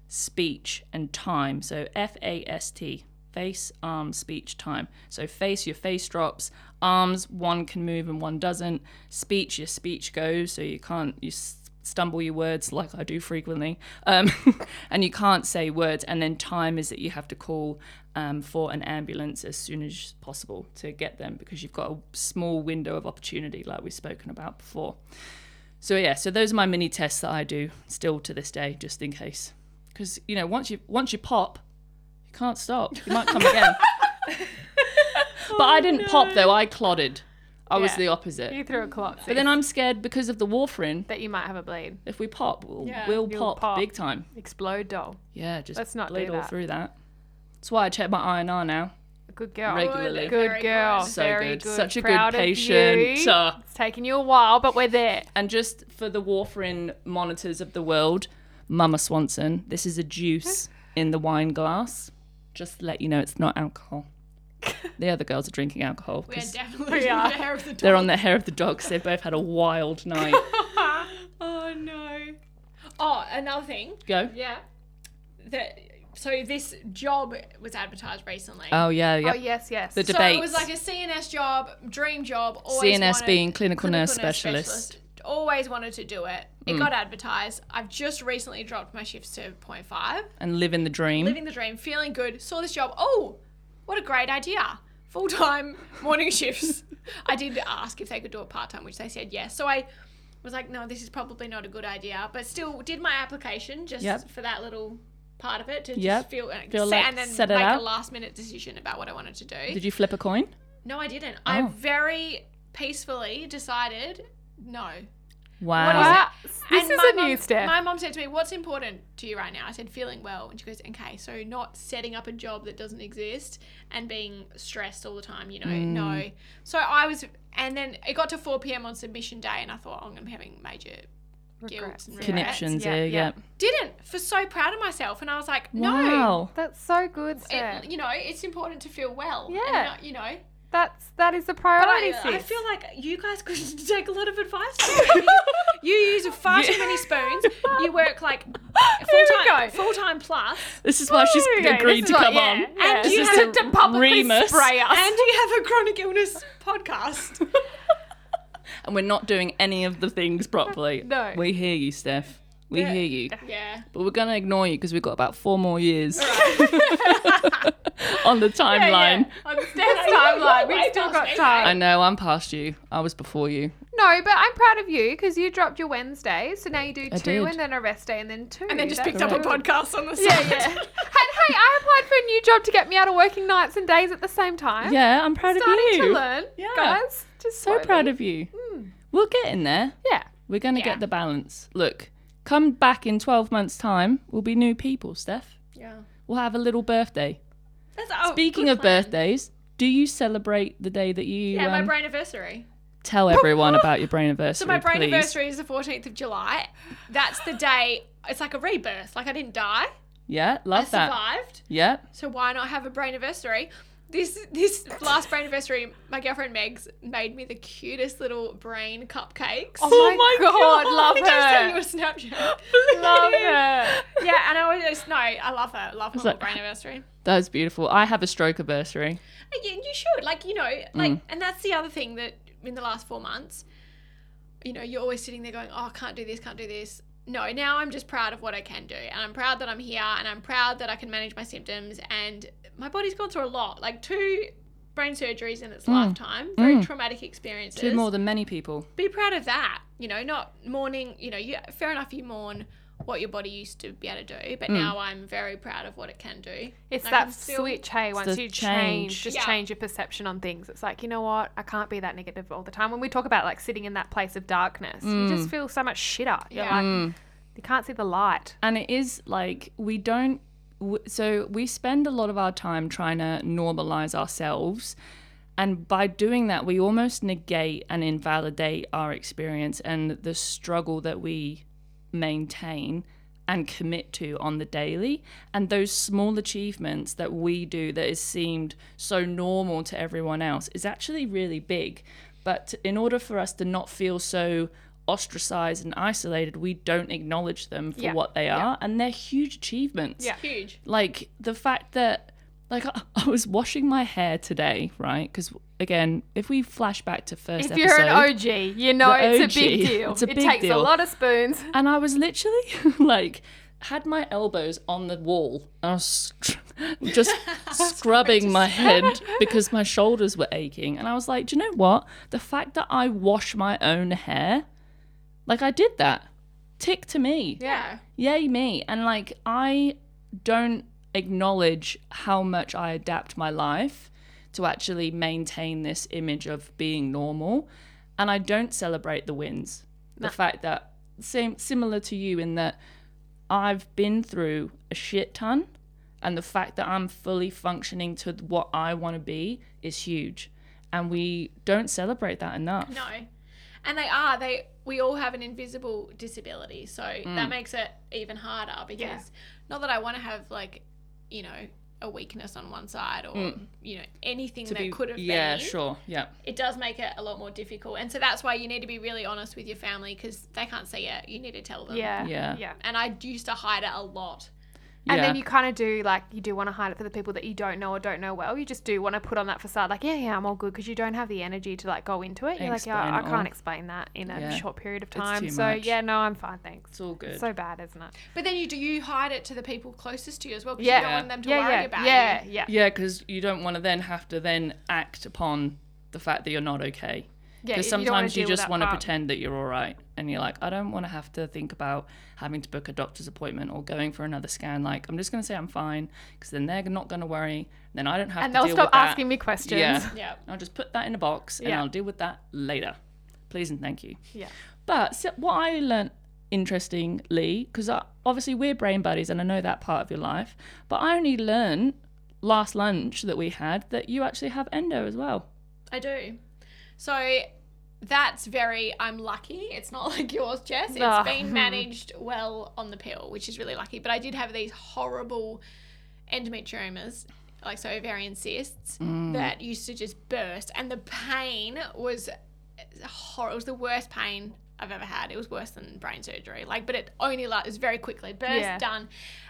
S2: speech and time so f-a-s-t face arm speech time so face your face drops arms one can move and one doesn't speech your speech goes so you can't you s- stumble your words like i do frequently um, and you can't say words and then time is that you have to call um, for an ambulance as soon as possible to get them because you've got a small window of opportunity like we've spoken about before so yeah, so those are my mini tests that I do still to this day, just in case. Because you know, once you once you pop, you Can't stop. You might come again. but I didn't pop though. I clotted. I was
S1: Oh, Yeah.
S2: the opposite.
S1: You threw a clot.
S2: But then I'm scared because of the warfarin.
S1: that you might have a bleed.
S2: If we pop, we'll,
S3: Yeah.
S2: we'll
S1: You'll
S2: pop,
S1: pop.
S2: big time.
S1: Explode doll.
S2: Yeah, just
S1: Let's not
S2: bleed
S1: do
S2: all
S1: that.
S2: through that. That's why I check my INR now.
S1: Good girl.
S2: Regularly.
S1: Good girl.
S3: good.
S2: So
S1: Very
S2: good.
S1: good.
S2: Such a good
S1: Proud of
S2: patient.
S1: you.
S2: Uh.
S1: It's taken you a while, but we're there.
S2: And just for the warfarin monitors of the world, Mama Swanson, this is a juice in the wine glass. Just to let you know it's not alcohol. The other girls are drinking alcohol.
S3: We're
S2: 'cause
S3: definitely
S1: We
S3: in
S1: are.
S3: the hair of the
S2: They're
S3: dog.
S2: on the hair of the dogs. They've both had a wild night.
S3: Oh no. Oh, another thing.
S2: Go.
S3: Yeah. That so this job was advertised recently.
S2: Oh yeah, yeah.
S1: Oh yes, yes.
S2: The
S3: so it was
S2: debates.
S3: like a CNS job, dream job. Always
S2: CNS
S3: wanted-
S2: being clinical nurse specialist. Mm.
S3: Always wanted to do it. It got advertised. I've just recently dropped my shifts to 0.5.
S2: And live in the dream.
S3: Living the dream, feeling good. Saw this job. Oh, what a great idea. Full time morning shifts. I did ask if they could do it part time, which they said yes. So I was like, no, this is probably not a good idea, but still did my application just
S2: Yep.
S3: for that little part of it to
S2: Yep.
S3: just feel, and
S2: Feel
S3: set-
S2: like
S3: and then
S2: set it
S3: make
S2: out.
S3: a last minute decision about what I wanted to do.
S2: Did you flip a coin?
S3: No, I didn't. I
S2: Oh.
S3: very peacefully decided no.
S2: Wow.
S1: wow. This
S3: And
S1: is
S3: my
S1: a new
S3: mum-
S1: step.
S3: My mom said to me, What's important to you right now? I said, Feeling well. And she goes, Okay, so not setting up a job that doesn't exist and being stressed all the time, you know?
S1: Mm.
S3: No. So I was, and then it got to 4 p.m. on submission day, and I thought, oh, I'm going to be having major
S1: Regrets.
S3: guilt and regrets.
S2: Connections.
S1: Yeah,
S2: Yeah, yeah.
S1: yeah.
S3: Didn't. For so proud of myself. And I was like, No.
S2: Wow.
S1: That's so good,
S3: It-
S1: Steph.
S3: you know, it's important to feel well. and
S1: Yeah.
S3: not- you know,
S1: That's that is the
S3: But
S1: priority.
S3: I, I
S1: sis.
S3: feel like you guys could take a lot of advice. From me. you use far too many spoons. You work like
S1: Here
S3: full
S1: we
S3: time,
S1: go.
S3: full time plus,
S2: This is why she's
S1: There we go.
S2: agreed
S1: This
S2: to
S1: is what-
S2: come
S1: yeah,
S2: on.
S1: yeah.
S3: And
S2: This
S3: you
S2: is
S3: had
S2: a
S1: to publicly
S2: remus.
S1: spray us.
S3: and you have a chronic illness podcast.
S2: and we're not doing any of the things properly.
S1: No.
S2: We hear you, Steph. We hear you.
S3: Yeah,
S2: But we're going to ignore you because we've got about four more years on the timeline.
S1: On Steph's timeline,
S3: Way
S1: we've still
S3: past
S1: got
S3: me.
S2: I
S1: time.
S2: know, I'm past you. I was before you.
S1: No, but I'm proud of you because you dropped your Wednesdays, so now you do
S2: I
S1: two,
S2: did.
S1: and then a rest day, and then two.
S3: and then just
S1: That's
S3: picked up a
S1: cool.
S3: podcast on the side.
S1: Yeah, yeah. and hey, I applied for a new job to get me out of working nights and days at the same time.
S2: Yeah, I'm proud of
S1: Starting
S2: you.
S1: to learn,
S2: Yeah.
S1: guys. Just
S2: So proud of you. We'll get in there.
S1: Yeah.
S2: We're going to
S3: Hmm. Yeah.
S2: get the balance. Look, come back in 12 months' time. We'll be new people, Steph.
S3: yeah.
S2: We'll have a little birthday.
S3: That's, oh,
S2: Speaking
S3: good
S2: of
S3: plan.
S2: birthdays, do you celebrate the day that you
S3: yeah, my
S2: um,
S3: brain anniversary.
S2: tell everyone about your brain anniversary?
S3: So my brain
S2: please?
S3: anniversary is the fourteenth of July. That's the day. It's like a rebirth. Like I didn't die.
S2: Yeah,
S3: I
S2: love that.
S3: survived.
S2: Yeah.
S3: So why not have a brain anniversary? This this last brain anniversary, my girlfriend Meg's made me the cutest little brain cupcakes.
S1: Oh, my god,
S3: I
S1: love
S3: think I
S1: her.
S3: was sending you a Snapchat.
S1: Love her.
S3: yeah, and I was just no, I love her. I love my
S2: like-
S3: little brain anniversary.
S2: That was beautiful. I have a stroke anniversary.
S3: Yeah, you should like you know like,
S2: Mm.
S3: and that's the other thing that in the last four months, you know, you're always sitting there going, oh, can't do this, can't do this. No, now I'm just proud of what I can do, and I'm proud that I'm here, and I'm proud that I can manage my symptoms, and my body's gone through a lot, like two brain surgeries in its lifetime, very traumatic experiences.
S2: Mm. Two more than many people.
S3: Be proud of that, you know, not mourning. You know, you fair enough, you mourn what your body used to be able to
S2: Mm.
S3: do, but now I'm very proud of what it can do.
S1: It's
S3: Like, I'm
S1: that
S3: still-
S1: switch, hey, once
S2: the
S1: you change,
S2: change.
S1: just
S3: Yeah.
S1: change your perception on things. It's like, you know what? I can't be that negative all the time. When we talk about like sitting in that place of darkness,
S2: Mm.
S1: you just feel so much shitter. You're
S3: Yeah.
S1: like, you can't see the light.
S2: And it is like we don't. w- So we spend a lot of our time trying to normalize ourselves. And by doing that, we almost negate and invalidate our experience and the struggle that we maintain and commit to on the daily. And those small achievements that we do that is seemed so normal to everyone else is actually really big. But in order for us to not feel so ostracized and isolated, we don't acknowledge them for
S1: Yeah.
S2: what they are. And they're huge achievements.
S1: Yeah.
S3: Huge.
S2: Like the fact that, like, I, I was washing my hair today, right? Because again, if we flash back to first
S1: If
S2: episode,
S1: you're an OG, you know
S2: The
S1: it's a
S2: OG.
S1: big deal.
S2: It's a
S1: it
S2: big
S1: takes a
S2: deal.
S1: lot of spoons.
S2: and I was literally like had my elbows on the wall and I was str- just scrubbing my head because my shoulders were aching and I was like, "Do you know what? The fact that I wash my own hair, like I did that. Tick to me.
S3: Yeah.
S2: Yay me." And like I don't acknowledge how much I adapt my life to actually maintain this image of being normal. And I don't celebrate the wins. The fact that, same, similar to you, in that I've been through a shit ton, and the fact that I'm fully functioning to what I want to be is huge. And we don't celebrate that enough.
S3: No. And they are. They we all have an invisible disability, so
S1: Mm.
S3: that makes it even harder because not that I want to have like, you know, a weakness on one side or
S1: Mm.
S3: you know anything that
S2: Be-
S3: could have
S2: yeah,
S3: been.
S2: sure. Yeah.
S3: It does make it a lot more difficult, and so that's why you need to be really honest with your family because they can't see it. You need to tell them.
S1: Yeah.
S2: Yeah.
S1: Yeah.
S3: And I used to hide it a lot.
S1: And
S2: yeah.
S1: then you kind of do like you do want to hide it for the people that you don't know or don't know well. You just do want to put on that facade, like yeah, yeah, I'm all good, because you don't have the energy to like go into it. You're like,
S2: Explain
S1: yeah, I
S2: it all.
S1: can't explain that in a
S2: Yeah.
S1: short period of time.
S2: too
S1: so
S2: much.
S1: yeah, no, I'm fine, thanks.
S2: It's all good.
S1: so bad, isn't it?
S3: But then you do you hide it to the people closest to you as well because
S1: Yeah.
S3: you don't want them to
S1: yeah,
S3: worry
S1: yeah,
S3: about
S1: yeah,
S3: you.
S1: yeah,
S2: Yeah, because you don't want to then have to then act upon the fact that you're not okay.
S1: Yeah,
S2: Because
S1: you- you don't wanna
S2: sometimes you,
S1: deal with
S2: just
S1: that
S2: want to
S1: part.
S2: pretend that you're all right, and you're like, I don't want to have to think about having to book a doctor's appointment or going for another scan. Like, I'm just going to say I'm fine, because then they're not going to worry. Then I don't have
S1: And
S2: to
S1: they'll
S2: deal
S1: stop
S2: with that.
S1: asking me questions.
S2: Yeah,
S3: Yeah.
S2: I'll just put that in a box, and
S1: Yeah.
S2: I'll deal with that later. Please and thank you.
S1: Yeah.
S2: But so what I learnt interestingly, because obviously we're brain buddies and I know that part of your life, but I only learnt last lunch that we had that you actually have endo as well.
S3: I do. So that's very I'm lucky. It's not like yours, Jess. It's
S1: No.
S3: been managed well on the pill, which is really lucky. But I did have these horrible endometriomas, like so ovarian cysts, that used to just burst, and the pain was horrible. It was the worst pain I've ever had. It was worse than brain surgery. Like, but it only like it was very quickly burst
S1: Yeah.
S3: done.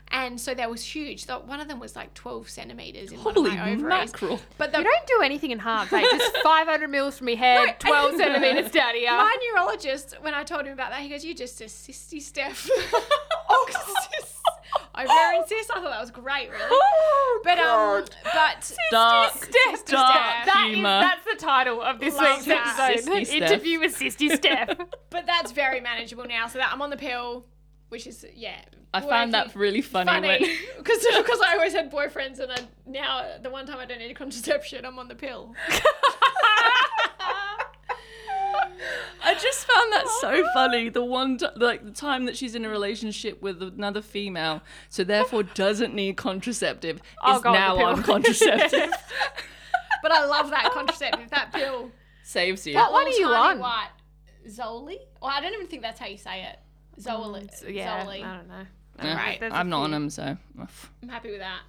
S3: And so that was huge. So one of them was like 12 centimeters in one
S2: Holy
S3: of my ovaries.
S2: mackerel.
S3: But the
S1: You don't do anything in halves, like just 500 mils from your head, 12 centimeters down here.
S3: My neurologist, when I told him about that, he goes, "You're just a cysty Steph." oh, cysts. Ovarian cyst. I thought that was great, really.
S1: Oh,
S3: But um, but
S2: Dark,
S1: Steph,
S2: dark
S1: That is-
S2: humour.
S1: that's the title of this
S3: Love
S1: week's
S3: that.
S1: episode.
S2: Sissy Steph.
S1: Interview with Sissy Steph.
S3: but that's very manageable now. So that I'm on the pill, which is yeah.
S2: I found that
S3: working.
S2: really funny. when-
S3: funny because because I always had boyfriends, and I now the one time I don't need contraception, I'm on the pill.
S2: I just found that so
S1: Oh.
S2: funny. The one, t- like the time that she's in a relationship with another female, so therefore doesn't need contraceptive,
S1: I'll
S2: is
S1: go on the
S2: now
S1: pill.
S2: on contraceptive.
S3: But I love that contraceptive, that pill.
S2: Saves you.
S1: What one are you
S3: tiny
S1: on?
S3: White. Zoli? Well, I don't even think that's how you say it. Zoli.
S1: Mm, yeah,
S3: Zoli.
S1: I don't know.
S2: Yeah.
S3: Right.
S1: There's a
S2: I'm not on
S1: few.
S2: them, so.
S3: I'm happy with that.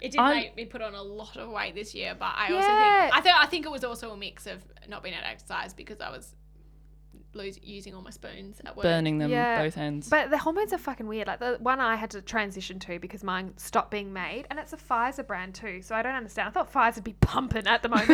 S3: It did
S2: I-
S3: make me put on a lot of weight this year, but I
S1: Yeah.
S3: also think I, th- I think it was also a mix of not being able to exercise because I was lose, using all my spoons at work.
S2: Burning them
S1: Yeah.
S2: both ends.
S1: But the hormones are fucking weird. Like the one I had to transition to because mine stopped being made, and it's a Pfizer brand too. So I don't understand. I thought Pfizer'd be pumping at the moment,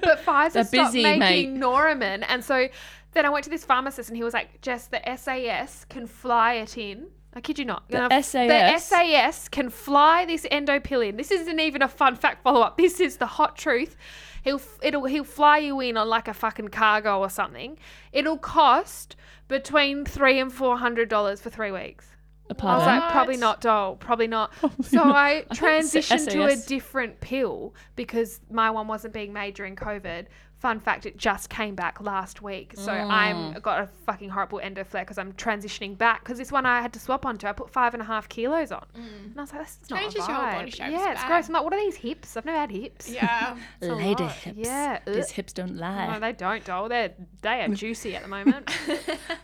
S1: but Pfizer stopped
S2: busy,
S1: making
S2: mate.
S1: Noramin, and so then I went to this pharmacist, and he was like, "Jess, the SAS can fly it in." I kid you not. The The
S2: SAS?
S1: SAS can fly this endo pill in. This isn't even a fun fact follow up. This is the hot truth. He'll f- it'll he'll fly you in on like a fucking cargo or something. It'll cost between three and four hundred dollars for three weeks. I was like, probably not doll, probably not. so I transitioned to a
S2: SAS.
S1: different pill because my one wasn't being made during COVID. Fun fact, it just came back last week. So I'm got a fucking horrible endo flare because I'm transitioning back because this one I had to swap onto. I put five and a half kilos on, and I was like, that's not
S3: Changes
S1: a
S3: your whole body
S1: vibe.
S3: shape,
S1: Yeah,
S3: it's
S1: it's gross.
S3: bad.
S1: I'm like, what are these hips? I've never had hips.
S3: Yeah.
S2: Lady
S1: lot.
S2: hips.
S1: Yeah, uh. Oh,
S2: These
S1: ugh.
S2: hips don't
S1: No,
S2: lie.
S1: they don't, doll. They're they are juicy at the moment.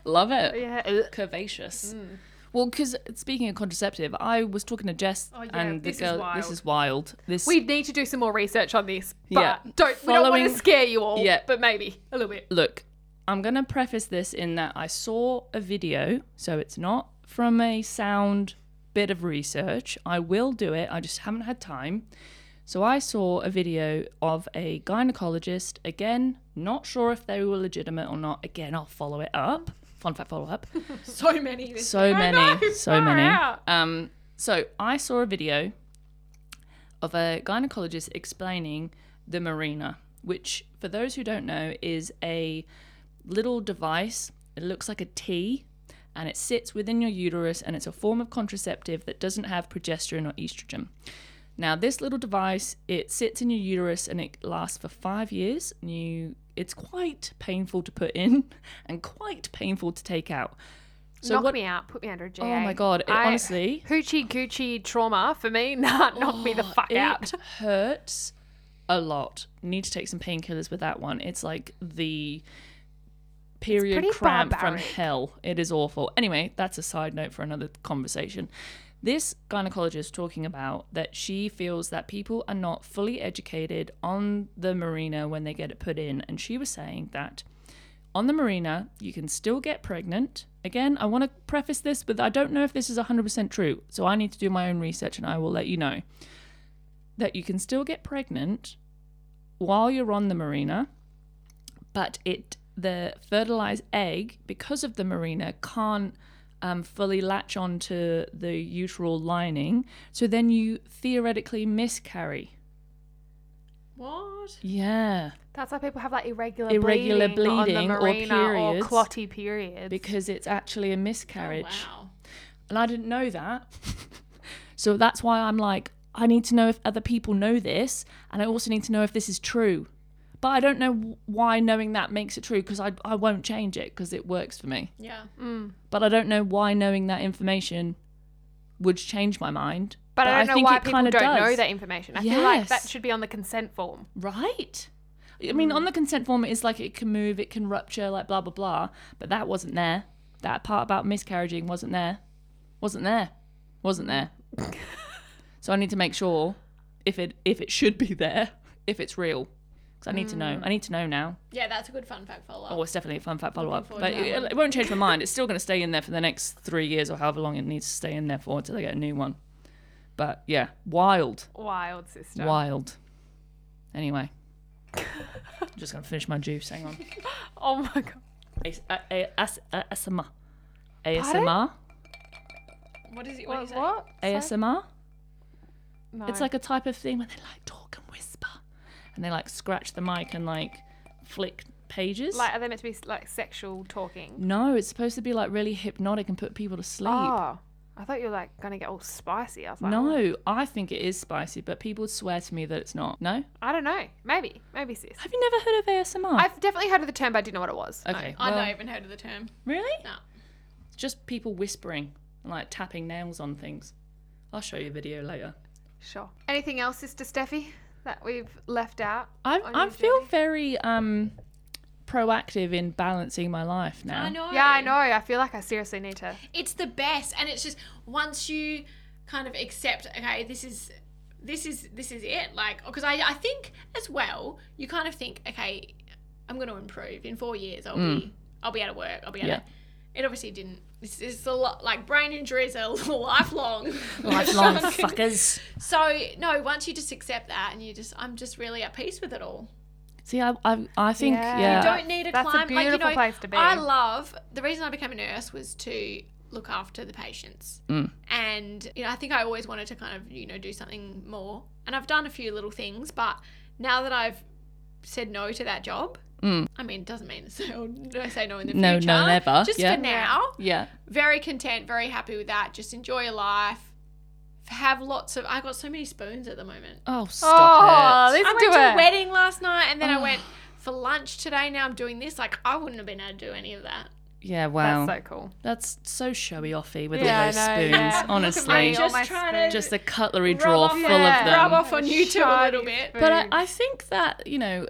S2: Love it.
S1: Oh, yeah. uh. Mm. ugh.
S2: Curvaceous. Well, because speaking of contraceptive, I was talking to Jess
S1: Oh, yeah,
S2: and the
S1: this is
S2: girl.
S1: wild.
S2: This is wild. This
S1: We need to do some more research on this, but
S2: Yeah.
S1: don't we don't want
S2: Following-
S1: to scare you all.
S2: Yeah.
S1: but maybe a little bit.
S2: look. I'm gonna preface this in that I saw a video, so it's not from a sound bit of research. I will do it. I just haven't had time. So I saw a video of a gynecologist. Again, not sure if they were legitimate or not. Again, I'll follow it up. Fun fact follow up.
S3: so many. This
S2: so many, so
S1: far
S2: many.
S1: out.
S2: Um, so I saw a video of a gynecologist explaining the marina, which, for those who don't know, is a little device. It looks like a T, and it sits within your uterus and it's a form of contraceptive that doesn't have progesterone or estrogen. Now, this little device, it sits in your uterus and it lasts for five years. And you, it's quite painful to put in and quite painful to take out. So
S1: knock
S2: what?
S1: me out. Put me under a GA.
S2: oh my god! It,
S1: I-
S2: honestly,
S1: Hoochie Gucci trauma for me. Nah, knock me the fuck
S2: it
S1: out.
S2: hurts a lot. Need to take some painkillers with that one. It's like the period
S1: pretty
S2: cramp from
S1: barbaric.
S2: hell. It is awful. Anyway, that's a side note for another conversation. This gynecologist talking about that she feels that people are not fully educated on the marina when they get it put in, and she was saying that on the marina, you can still get pregnant. Again, I want to preface this, but I don't know if this is 100% true. So I need to do my own research and I will let you know. That you can still get pregnant while you're on the marina, but it the fertilized egg, because of the marina, can't um, fully latch onto the uteral lining. So then you theoretically miscarry.
S3: What?
S2: Yeah.
S1: That's why people have like irregular,
S2: Irregular
S1: on
S2: bleeding
S1: the
S2: or
S1: marina or,
S2: periods.
S1: clotty periods.
S2: Because it's actually a miscarriage.
S3: Oh, Wow.
S2: and I didn't know that. so that's why I'm like, I need to know if other people know this, and I also need to know if this is true. But I don't know wh- why knowing that makes it true because I, I won't change it because it works for me.
S3: Yeah.
S2: But I don't know why knowing that information would change my mind.
S1: but, I don't know why people
S2: kinda
S1: don't know that information. I feel like that
S2: Yes.
S1: should be on the consent form.
S2: Right? I mean, on the consent form, it's like it can move, it can rupture, like blah, blah, blah. But that wasn't there. That part about miscarriaging wasn't there. Wasn't there. Wasn't there. so I need to make sure if it if it should be there, if it's real. Because I need to
S1: Mm.
S2: know. I need to know now.
S3: Yeah, that's a good fun fact follow up.
S2: Oh, it's definitely a fun fact follow up.
S3: forward
S2: But
S3: to that
S2: it, it won't change my mind. It's still going to stay in there for the next three years or however long it needs to stay in there for until I get a new one. But yeah, wild.
S1: Wild sister.
S2: Wild. Anyway, I'm just gonna finish my juice. Hang on.
S1: Oh my god.
S2: A- a- a- as- a- ASMR. ASMR.
S3: What is it? What,
S1: What?
S3: is it?
S1: what?
S2: ASMR.
S1: No.
S2: It's like a type of thing where they like talk and whisper, and they like scratch the mic and like flick pages.
S1: like are they meant to be like sexual talking?
S2: no, it's supposed to be like really hypnotic and put people to sleep.
S1: Oh, I thought you were like gonna get all spicy. I was like,
S2: No, I think it is spicy, but people swear to me that it's not. No?
S1: I don't know. Maybe, maybe sis.
S2: Have you never heard of ASMR?
S1: I've definitely heard of the term, but I didn't know what it was.
S2: okay.
S3: I've
S2: well-
S3: not even heard of the term.
S2: Really?
S3: No.
S2: It's Just people whispering and like tapping nails on things. I'll show you a video later.
S1: Sure. Anything else, sister Steffi, that we've left out?
S2: I
S1: on
S2: I
S1: your
S2: feel
S1: journey?
S2: very um proactive in balancing my life now.
S3: I know.
S1: Yeah, I know. I feel like I seriously need to.
S3: It's the best, and it's just once you kind of accept, okay, this is this is this is it. Like, because I I think as well, you kind of think, okay, I'm going to improve in four years. I'll be I'll be out of work. I'll be out.
S2: Yeah.
S3: Of, it obviously didn't. It's, it's a lot like brain injuries are lifelong.
S2: Lifelong fuckers.
S3: So no, once you just accept that, and you just, I'm just really at peace with it all.
S2: See, I I, I think
S1: Yeah.
S2: yeah.
S1: You
S3: You don't need a
S1: That's a
S3: climb. like, you
S1: beautiful
S3: know,
S1: place to be.
S3: I love the reason I became a nurse was to look after the patients,
S1: Mm.
S3: and you know I think I always wanted to kind of you know do something more, and I've done a few little things, but now that I've said no to that job,
S1: Mm.
S3: I mean it doesn't mean so I say no in the
S2: No, no,
S3: future.
S2: never.
S3: Just
S2: Yeah.
S3: for now,
S2: yeah.
S3: very content, very happy with that. Just enjoy your life. Have lots of. I got so many spoons at the moment.
S2: Oh,
S1: oh,
S2: stop it.
S1: listen
S3: I went
S1: to
S3: to
S1: it.
S3: a wedding last night and then I went for lunch today. Now I'm doing this. Like, I wouldn't have been able to do any of that.
S2: Yeah, wow.
S1: That's
S2: That's
S1: so cool.
S2: so, showy offy with
S1: Yeah, I
S2: all those
S1: know,
S2: spoons,
S1: yeah. Look at
S2: honestly.
S1: me, all
S3: Just
S1: my
S3: trying
S1: spoons.
S3: to-
S2: Just a cutlery
S3: Rub
S2: drawer
S3: off-
S2: full
S1: yeah.
S2: of them.
S3: Rub off on you two a little
S1: Shoddy
S3: bit.
S2: But I,
S1: spoons.
S2: I think that, you know,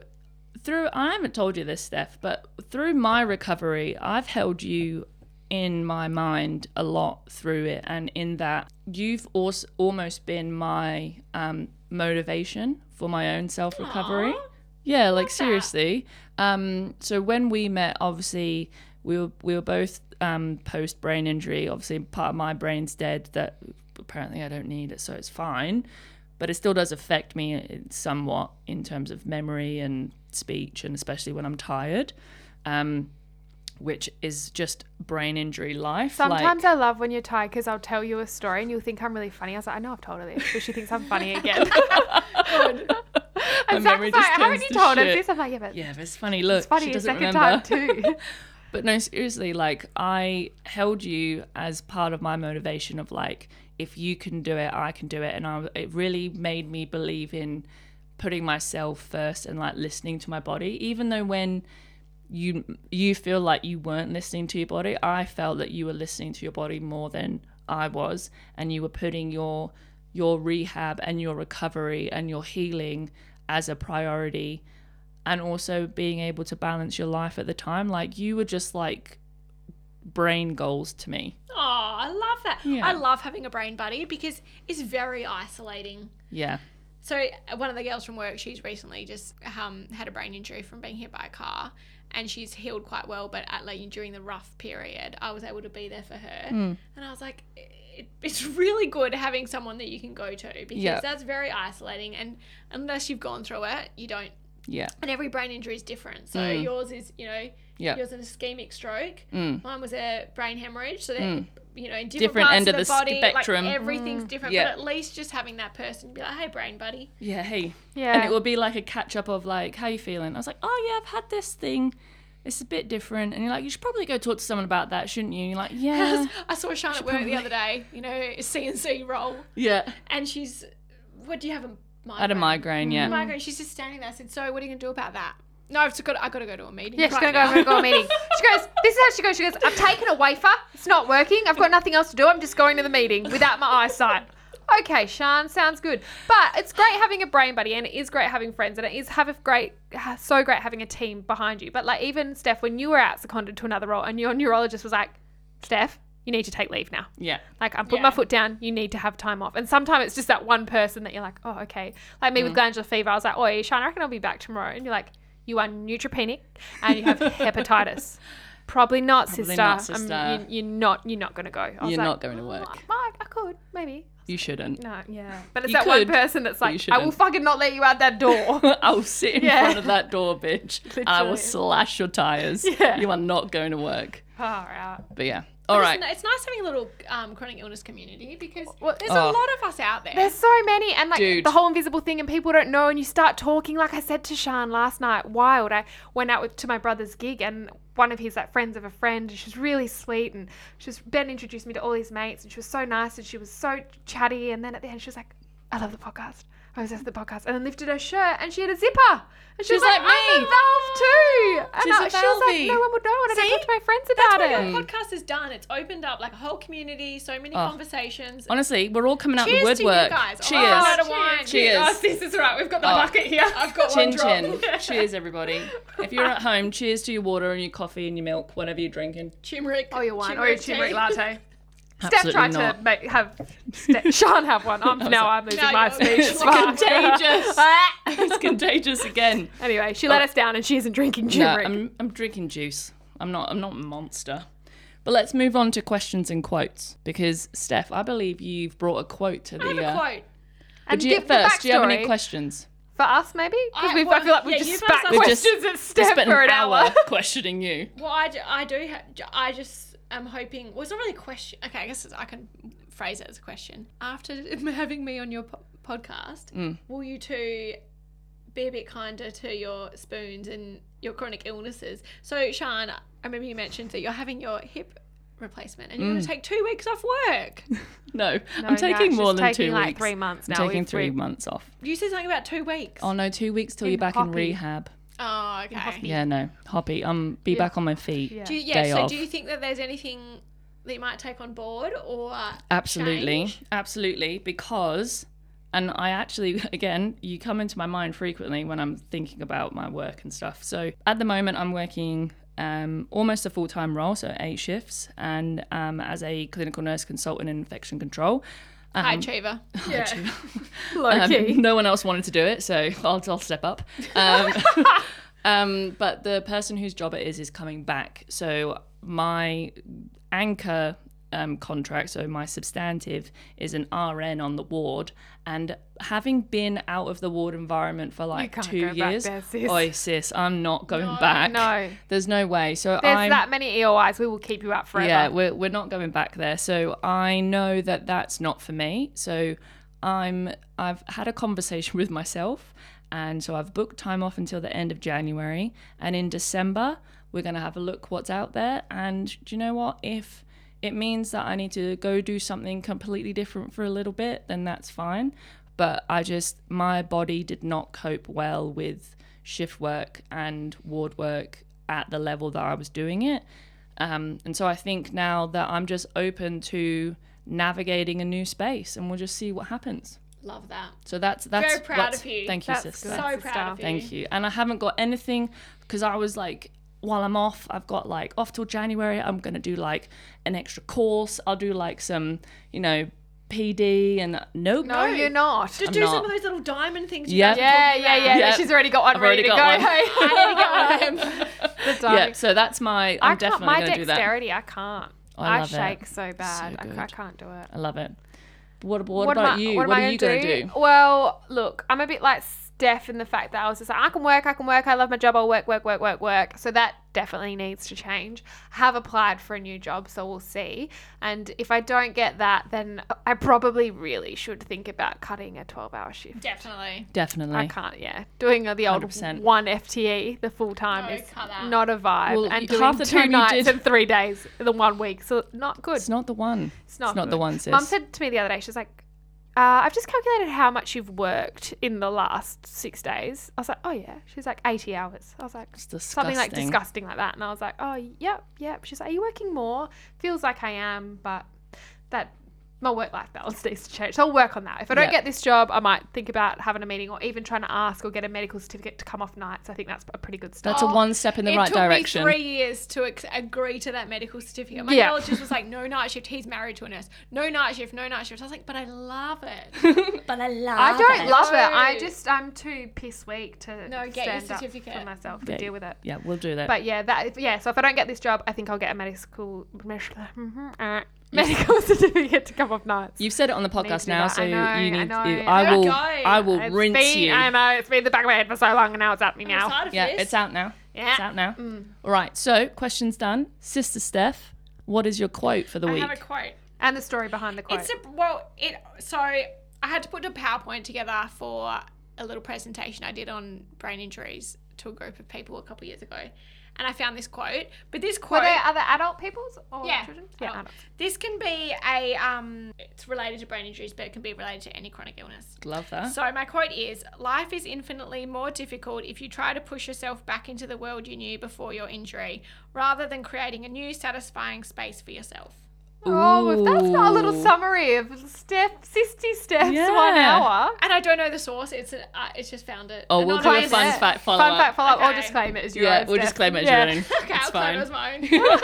S2: through, I haven't told you this, Steph, but through my recovery, I've held you in my mind a lot through it. And in that, you've also almost been my um, motivation for my own self recovery. Yeah, like seriously. Um, so when we met, obviously we were we were both um, post brain injury. Obviously, part of my brain's dead that apparently I don't need it, so it's fine. But it still does affect me uh, somewhat in terms of memory and speech, and especially when I'm tired, um, which is just brain injury life. like-
S1: Sometimes I love when you're tired because I'll tell you a story and you'll think I'm really funny. I was like, I know I've told her this, but she thinks I'm funny again. and Zach's
S2: memory
S1: like,
S2: just
S1: haven't
S2: turns
S1: you
S2: to
S1: told her
S2: shit."
S1: this? I'm like, yeah, but
S2: yeah, but it's funny. Look,
S1: it's funny
S2: she
S1: a
S2: doesn't
S1: second
S2: remember.
S1: time too.
S2: But no, seriously, like I held you as part of my motivation of like, if you can do it, I can do it. And I, it really made me believe in putting myself first and like listening to my body, even though when you you feel like you weren't listening to your body, I felt that you were listening to your body more than I was, and you were putting your your rehab and your recovery and your healing as a priority and also being able to balance your life at the time. Like you were just like brain goals to me.
S3: Oh, I love that.
S2: Yeah.
S3: I love having a brain buddy because it's very isolating.
S2: Yeah.
S3: So uh, one of the girls from work, she's recently just um, had a brain injury from being hit by a car, and she's healed quite well. But at like during the rough period, I was able to be there for her,
S2: Hmm.
S3: and I was like, it, it's really good having someone that you can go to because
S2: Yeah.
S3: that's very isolating. And unless you've gone through it, you don't.
S2: Yeah.
S3: And every brain injury is different. So yours is, you know,
S2: Hmm. Yeah.
S3: yours is an ischemic stroke.
S2: Mm.
S3: Mine was a brain hemorrhage, so that you know, in different,
S2: Hmm. Different
S3: parts
S2: end
S3: of
S2: of
S3: the,
S2: the
S3: body,
S2: spectrum. Hmm.
S3: like everything's different.
S2: Yeah.
S3: But at least just having that person be like, "Hey, brain buddy."
S2: Yeah. Hey.
S1: Yeah.
S2: And it would be like a catch up of like, how you feeling? I was like, oh yeah, I've had this thing. It's a bit different. And you're like, you should probably go talk to someone about that, shouldn't you? And you're like, yeah.
S3: I saw Sean at work the other day. You know, CNC roll,
S2: yeah.
S3: and she's, "What do you have a migraine?"
S2: I had a migraine, yeah.
S3: Migraine. She's just standing there. I said, "So, what are you gonna do about that?" No, I've just got. I got to go to a meeting.
S1: Yeah, she's gonna
S3: right
S1: go.
S3: now."
S1: I'm gonna go to a meeting. She goes. This is how she goes. She goes. I've taken a wafer. It's not working. I've got nothing else to do. I'm just going to the meeting without my eyesight. Okay, Sean, sounds good. But it's great having a brain buddy, and it is great having friends, and it is have a great, ha- so great having a team behind you. But like even Steph, when you were out seconded to another role, and your neurologist was like, Steph, you need to take leave now.
S2: Yeah.
S1: Like I'm putting my
S3: Yeah.
S1: foot down. You need to have time off. And sometimes it's just that one person that you're like, oh, okay. Like me
S2: Mm.
S1: with glandular fever, I was like, oh, Sean, I reckon I'll be back tomorrow. And you're like, you are neutropenic and you have hepatitis. Probably not, sister.
S2: not,
S1: Um,
S2: sister.
S1: you, are not. You're not going to go. I was
S2: You're
S1: like,
S2: not going to
S1: "Oh,
S2: work."
S1: Mike, I could maybe.
S2: You shouldn't.
S1: No, yeah. But it's
S2: You
S1: that one
S2: could,
S1: person that's
S2: but you
S1: like, I will
S2: shouldn't."
S1: fucking not let you out that door.
S2: I'll sit in
S1: Yeah.
S2: front of that door, bitch. and I will
S1: Literally.
S2: slash your tires.
S1: Yeah.
S2: You are not going to work.
S1: Far out.
S2: But yeah. All right.
S3: It's, it's nice having a little um, chronic illness community because
S1: Well,
S3: there's
S2: Oh.
S3: a lot of us out there.
S1: There's so many, and like
S2: Dude.
S1: the whole invisible thing, and people don't know, and you start talking. Like I said to Sean last night, wild. I went out with, to my brother's gig, and one of his like friends of a friend, and she's really sweet, and she's Ben introduced me to all his mates, and she was so nice, and she was so chatty, and then at the end, she was like, "I love the podcast." I was at the podcast, and then lifted her shirt, and she had a zipper, and she was
S2: She's
S1: like,
S2: like
S1: "I'm
S2: me."
S1: a valve too," and
S2: She's
S1: I,
S2: a
S1: she was
S2: Valvey.
S1: like, "No one would know," and I
S3: See?
S1: talked to my friends about
S3: That's
S1: it.
S3: what your podcast has done. It's opened up like a whole community, so many
S1: Oh.
S3: conversations.
S2: Honestly, we're all coming out the
S3: Cheers to you
S2: woodwork.
S3: guys. Oh,
S2: Cheers.
S3: out of wine.
S2: Cheers.
S1: Oh, sis is right. We've got the
S2: Oh.
S1: bucket here.
S3: I've got
S2: Chin
S3: one drop.
S2: chin. cheers, everybody. If you're at home, cheers to your water and your coffee and your milk, whatever you're drinking.
S3: Turmeric.
S1: Oh, your wine or your
S3: tea.
S1: turmeric latte. Steph
S2: Absolutely
S1: tried
S2: not.
S1: to make, have Ste- Sean have one. I'm, now I'm losing
S3: No,
S1: my
S3: you're-
S1: speech.
S3: it's
S1: Fuck.
S2: contagious.
S1: Ah.
S2: it's contagious again.
S1: anyway, she let us down and she isn't drinking
S2: Oh. No, um,
S1: turmeric.
S2: I'm, I'm drinking juice. I'm not. I'm not a monster. But let's move on to questions and quotes because Steph, I believe you've brought a quote to the.
S3: I have a
S2: uh,
S3: quote.
S1: and
S2: do you,
S1: give the
S2: first, do you have any
S1: backstory
S2: questions?
S1: for us? Maybe
S3: I-
S1: because we I
S3: well,
S1: feel like we
S3: yeah,
S1: just
S3: you've
S1: spat
S3: asked us- We
S2: just-
S1: questions at
S2: We
S1: Steph
S2: spent
S1: for an hour.
S2: questioning you.
S3: Well, I, ju- I do. Ha- ju- I just am hoping. Well, it's not really a question. Okay, I guess it's, I can phrase it as a question. After having me on your po- podcast,
S2: Mm.
S3: will you two be a bit kinder to your spoons and your chronic illnesses? So, Sean, I remember you mentioned that you're having your hip replacement and you're
S2: Mm.
S3: going to take two weeks off work.
S2: No,
S1: No,
S2: I'm taking
S1: no,
S2: more
S1: she's
S2: than
S1: taking
S2: two
S1: like
S2: weeks.
S1: three months
S2: I'm
S1: now.
S2: taking
S1: We've-
S2: three
S1: we-
S2: months off.
S3: you said something about two weeks.
S2: Oh no, two weeks till
S1: In
S2: you're back in
S1: hockey.
S2: rehab.
S3: Oh, okay.
S1: hospital.
S2: Yeah, no, hoppy. Um, be back on my feet.
S1: Yeah.
S3: Do you, yeah,
S2: Day
S3: so
S2: off.
S3: do you think that there's anything that you might take on board or. uh,
S2: Absolutely,
S3: change?
S2: absolutely. Because, and I actually, again, you come into my mind frequently when I'm thinking about my work and stuff. So at the moment, I'm working um, almost a full time role, so eight shifts, and um, as a clinical nurse consultant in infection control.
S1: Um,
S3: Hi, Trevor.
S1: yeah. Low
S2: Um,
S1: key.
S2: no one else wanted to do it, so I'll, I'll step up. Um, um, but the person whose job it is is coming back. So my anchor um, contract, so my substantive, is an RN on the ward. And having been out of the ward environment for like
S1: can't
S2: two
S1: go back
S2: years,
S1: there, sis.
S2: Oi, sis, I'm not going back.
S1: no.
S2: there's no way. So
S1: There's
S2: I'm
S1: that many EOIs. We will keep you out forever.
S2: yeah, we're, we're not going back there. So I know that that's not for me. So I'm I've had a conversation with myself, and so I've booked time off until the end of January. And in December, We're going to have a look what's out there. And do you know what? If it means that I need to go do something completely different for a little bit, then that's fine. But I just, my body did not cope well with shift work and ward work at the level that I was doing it. Um, and so I think now that I'm just open to navigating a new space and we'll just see what happens.
S3: Love that.
S2: So that's that's
S3: Very proud
S2: what's-
S3: of you.
S2: Thank you,
S1: That's
S2: sister.
S1: good.
S3: so
S1: That's the
S3: proud
S1: stuff.
S3: of you.
S2: Thank you. And I haven't got anything because I was like, while I'm off, I've got like off till January. I'm gonna do like an extra course. I'll do like some, you know, PD and nope.
S1: No, you're not.
S3: Just
S2: I'm
S3: do some
S2: not.
S3: of those little diamond things. you
S2: Yeah.
S3: guys were
S1: Yeah,
S3: talking
S1: yeah,
S3: about.
S1: yeah,
S2: Yeah.
S1: She's already got one
S2: I've
S1: ready to
S2: already
S1: go.
S2: got one.
S1: Hey,
S3: I need to get one of them.
S1: the
S2: Yeah.
S1: diamond.
S2: So that's my. I'm
S1: I can't.
S2: definitely
S1: My
S2: gonna do that.
S1: dexterity, I can't.
S2: I
S1: I,
S2: love it.
S1: shake so bad. I, c- I
S2: good.
S1: can't do it.
S2: I love it. What, what,
S1: am
S2: about
S1: I-
S2: you? What,
S1: am I
S2: are you gonna do?
S1: Well, look, I'm a bit like Steph in the fact that I was just like, I can work, I can work, I love my job, I'll work, work, work, work, work. So that definitely needs to change. I have applied for a new job, so we'll see. And if I don't get that, then I probably really should think about cutting a 12 hour shift.
S3: Definitely.
S2: Definitely.
S1: I can't, yeah. Doing the old
S2: 100%.
S1: one FTE, the full time,
S3: No,
S1: is
S3: cut that.
S1: not a vibe.
S2: Well,
S1: and
S2: y-
S1: doing
S2: half the
S1: two
S2: time you
S1: nights
S2: did-
S1: and three days in the one week, so not good.
S2: It's not the one. It's not,
S1: good.
S2: the one, sis.
S1: Mum said to me the other day, she's like, uh, I've just calculated how much you've worked in the last six days. I was like, oh yeah. She's like, 80 hours. I was like,
S2: It's disgusting.
S1: something like disgusting like that. And I was like, oh, yep, yep. She's like, are you working more? Feels like I am, but that my work life balance needs to change. So I'll work on that. If I don't
S2: Yeah.
S1: get this job, I might think about having a meeting or even trying to ask or get a medical certificate to come off nights. I think that's a pretty good start.
S2: That's
S3: Oh,
S2: a one step in the
S3: it
S2: right
S3: took
S2: direction.
S3: me three years to ex- agree to that medical certificate. My
S1: Yeah.
S3: neurologist was like, "No night shift. He's married to a nurse. No night shift. No night shift." I was like, "But I love it.
S4: But I love
S1: I don't
S4: it.
S1: love it. I
S3: No.
S1: just I'm too piss weak to
S3: No, get your
S1: stand up
S3: certificate.
S1: for myself
S2: Yeah.
S1: and deal with it.
S2: Yeah, we'll do that.
S1: But yeah, that yeah. So if I don't get this job, I think I'll get a medical uh, medical certificate to come off nights.
S2: You've said it on the
S1: to
S2: podcast
S1: do
S2: now,
S1: that.
S2: so
S1: I know,
S2: you
S1: I
S2: need.
S1: know.
S2: you- I
S3: There we
S2: will.
S3: go.
S2: I will
S1: It's
S2: rinse
S1: been,
S2: you.
S1: I know it's been in the back of my head for so long, and now it's at me now.
S3: Outside of
S2: yeah,
S3: this,
S2: it's out now.
S1: Yeah.
S2: It's out now. All right. So questions done. Sister Steph, what is your quote for the
S3: I
S2: week?
S3: have a quote.
S1: And the story behind the quote.
S3: It's a well. It so I had to put a PowerPoint together for a little presentation I did on brain injuries to a group of people a couple years ago, and I found this quote. But this
S1: Were
S3: quote,
S1: there other adult people's or
S3: yeah,
S1: children?
S3: adult. this can be a um, it's related to brain injuries, but it can be related to any chronic illness.
S2: Love that.
S3: So my quote is: Life is infinitely more difficult if you try to push yourself back into the world you knew before your injury, rather than creating a new satisfying space for yourself.
S1: Oh, if that's not a little
S2: Ooh.
S1: summary of Steph, Sisty Steph's one
S2: Yeah.
S1: hour.
S3: And I don't know the source. It's a, uh, it's just found it.
S2: Oh, we'll do a
S3: Anonymous.
S2: fun fact follow-up.
S1: Fun fact follow-up, or
S3: Okay.
S1: just claim it as your
S2: yeah,
S1: own,
S2: we'll
S1: Steph.
S2: just claim it as
S1: Yeah.
S2: your own.
S3: Okay,
S2: it's
S3: I'll claim
S2: fine.
S3: it as my own.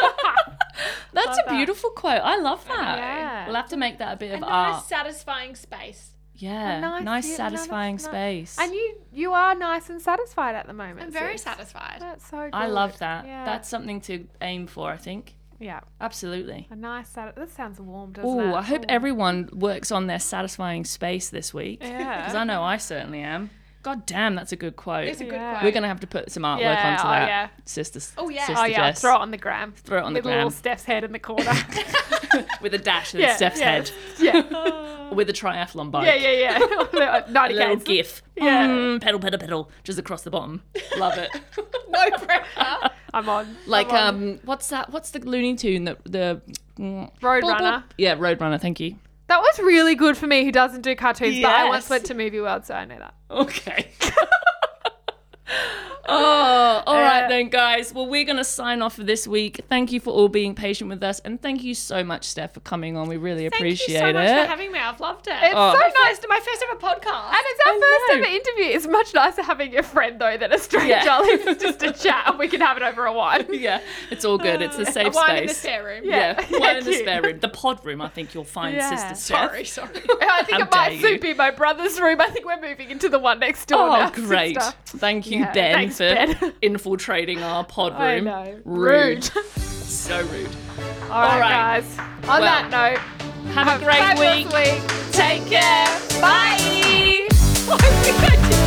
S2: That's a beautiful quote. I love that.
S1: Yeah.
S2: We'll have to make that a bit
S3: a
S2: of
S3: nice,
S2: art.
S3: satisfying space.
S2: Yeah.
S1: nice-
S2: Nice,
S1: yeah,
S2: satisfying
S1: nice-
S2: space.
S1: And you, you are nice and satisfied at the moment.
S3: I'm very
S1: sis.
S3: satisfied.
S1: That's so. Good.
S2: I love that.
S1: Yeah.
S2: That's something to aim for. I think.
S1: yeah.
S2: Absolutely.
S1: A nice sat- that sounds warm, doesn't it?
S2: Oh, I hope
S1: Ooh.
S2: everyone works on their satisfying space this week.
S1: Yeah.
S2: Because I know I certainly am. God damn, that's a good quote.
S3: It's a good
S1: Yeah.
S3: quote.
S2: We're going to have to put some artwork
S1: Yeah,
S2: onto
S1: oh,
S2: that.
S1: yeah.
S2: Sister,
S3: Oh, yeah.
S2: Sister
S1: Oh yeah,
S2: Jess.
S1: throw it on the gram.
S2: Throw it on the
S1: with little
S2: gram.
S1: Steph's head in the corner.
S2: With a dash and
S1: yeah,
S2: Steph's
S1: yeah,
S2: head.
S1: Yeah,
S2: With a triathlon bike.
S1: yeah, yeah, yeah. Not
S2: A little
S1: again.
S2: gif.
S1: Yeah.
S2: Mm, pedal, pedal, pedal. Just across the bottom. Love it.
S3: no pressure.
S1: I'm on.
S2: like,
S1: I'm on.
S2: um, what's that? What's the Looney Tune? The, the mm,
S1: Roadrunner.
S2: Yeah, Roadrunner. Thank you.
S1: That was really good for me, who doesn't do cartoons. But I once
S2: Yes.
S1: went to Movie World, so I know that.
S2: Okay. oh, all right
S1: Uh,
S2: then, guys. Well, we're going to sign off for this week. Thank you for all being patient with us. And thank you so much, Steph, for coming on. We really
S3: Thank
S2: appreciate
S3: you so
S2: it.
S3: much for having me. I've loved it.
S1: It's
S2: Oh.
S1: so
S3: my
S1: nice.
S3: first, my first ever podcast.
S1: And it's our
S2: I
S1: first
S2: know.
S1: ever interview. It's much nicer having a friend though than a stranger.
S2: Yeah.
S1: It's just a chat, and we can have it over a wine.
S2: yeah, it's all good. It's a
S3: a
S2: safe
S3: Uh, wine
S2: space.
S3: in the spare room.
S2: Yeah,
S1: Yeah,
S2: one in the
S1: cute.
S2: spare room. The pod room, I think you'll find,
S1: Yeah.
S2: Sister Steph.
S3: Sorry, sorry.
S1: I think
S2: How
S1: it might
S2: dare
S1: soon
S2: you.
S1: be my brother's room. I think we're moving into the one next door.
S2: Oh,
S1: now,
S2: great.
S1: sister.
S2: Thank you,
S1: Yeah,
S2: Ben,
S1: thanks,
S2: for
S1: Ben.
S2: infiltrating our pod room.
S1: I know.
S2: Rude.
S1: Rude.
S2: so rude.
S1: All right,
S2: right.
S1: guys. On that note,
S2: Have, a great
S1: fabulous
S2: week.
S1: week.
S2: Take care.
S1: Bye. I think I did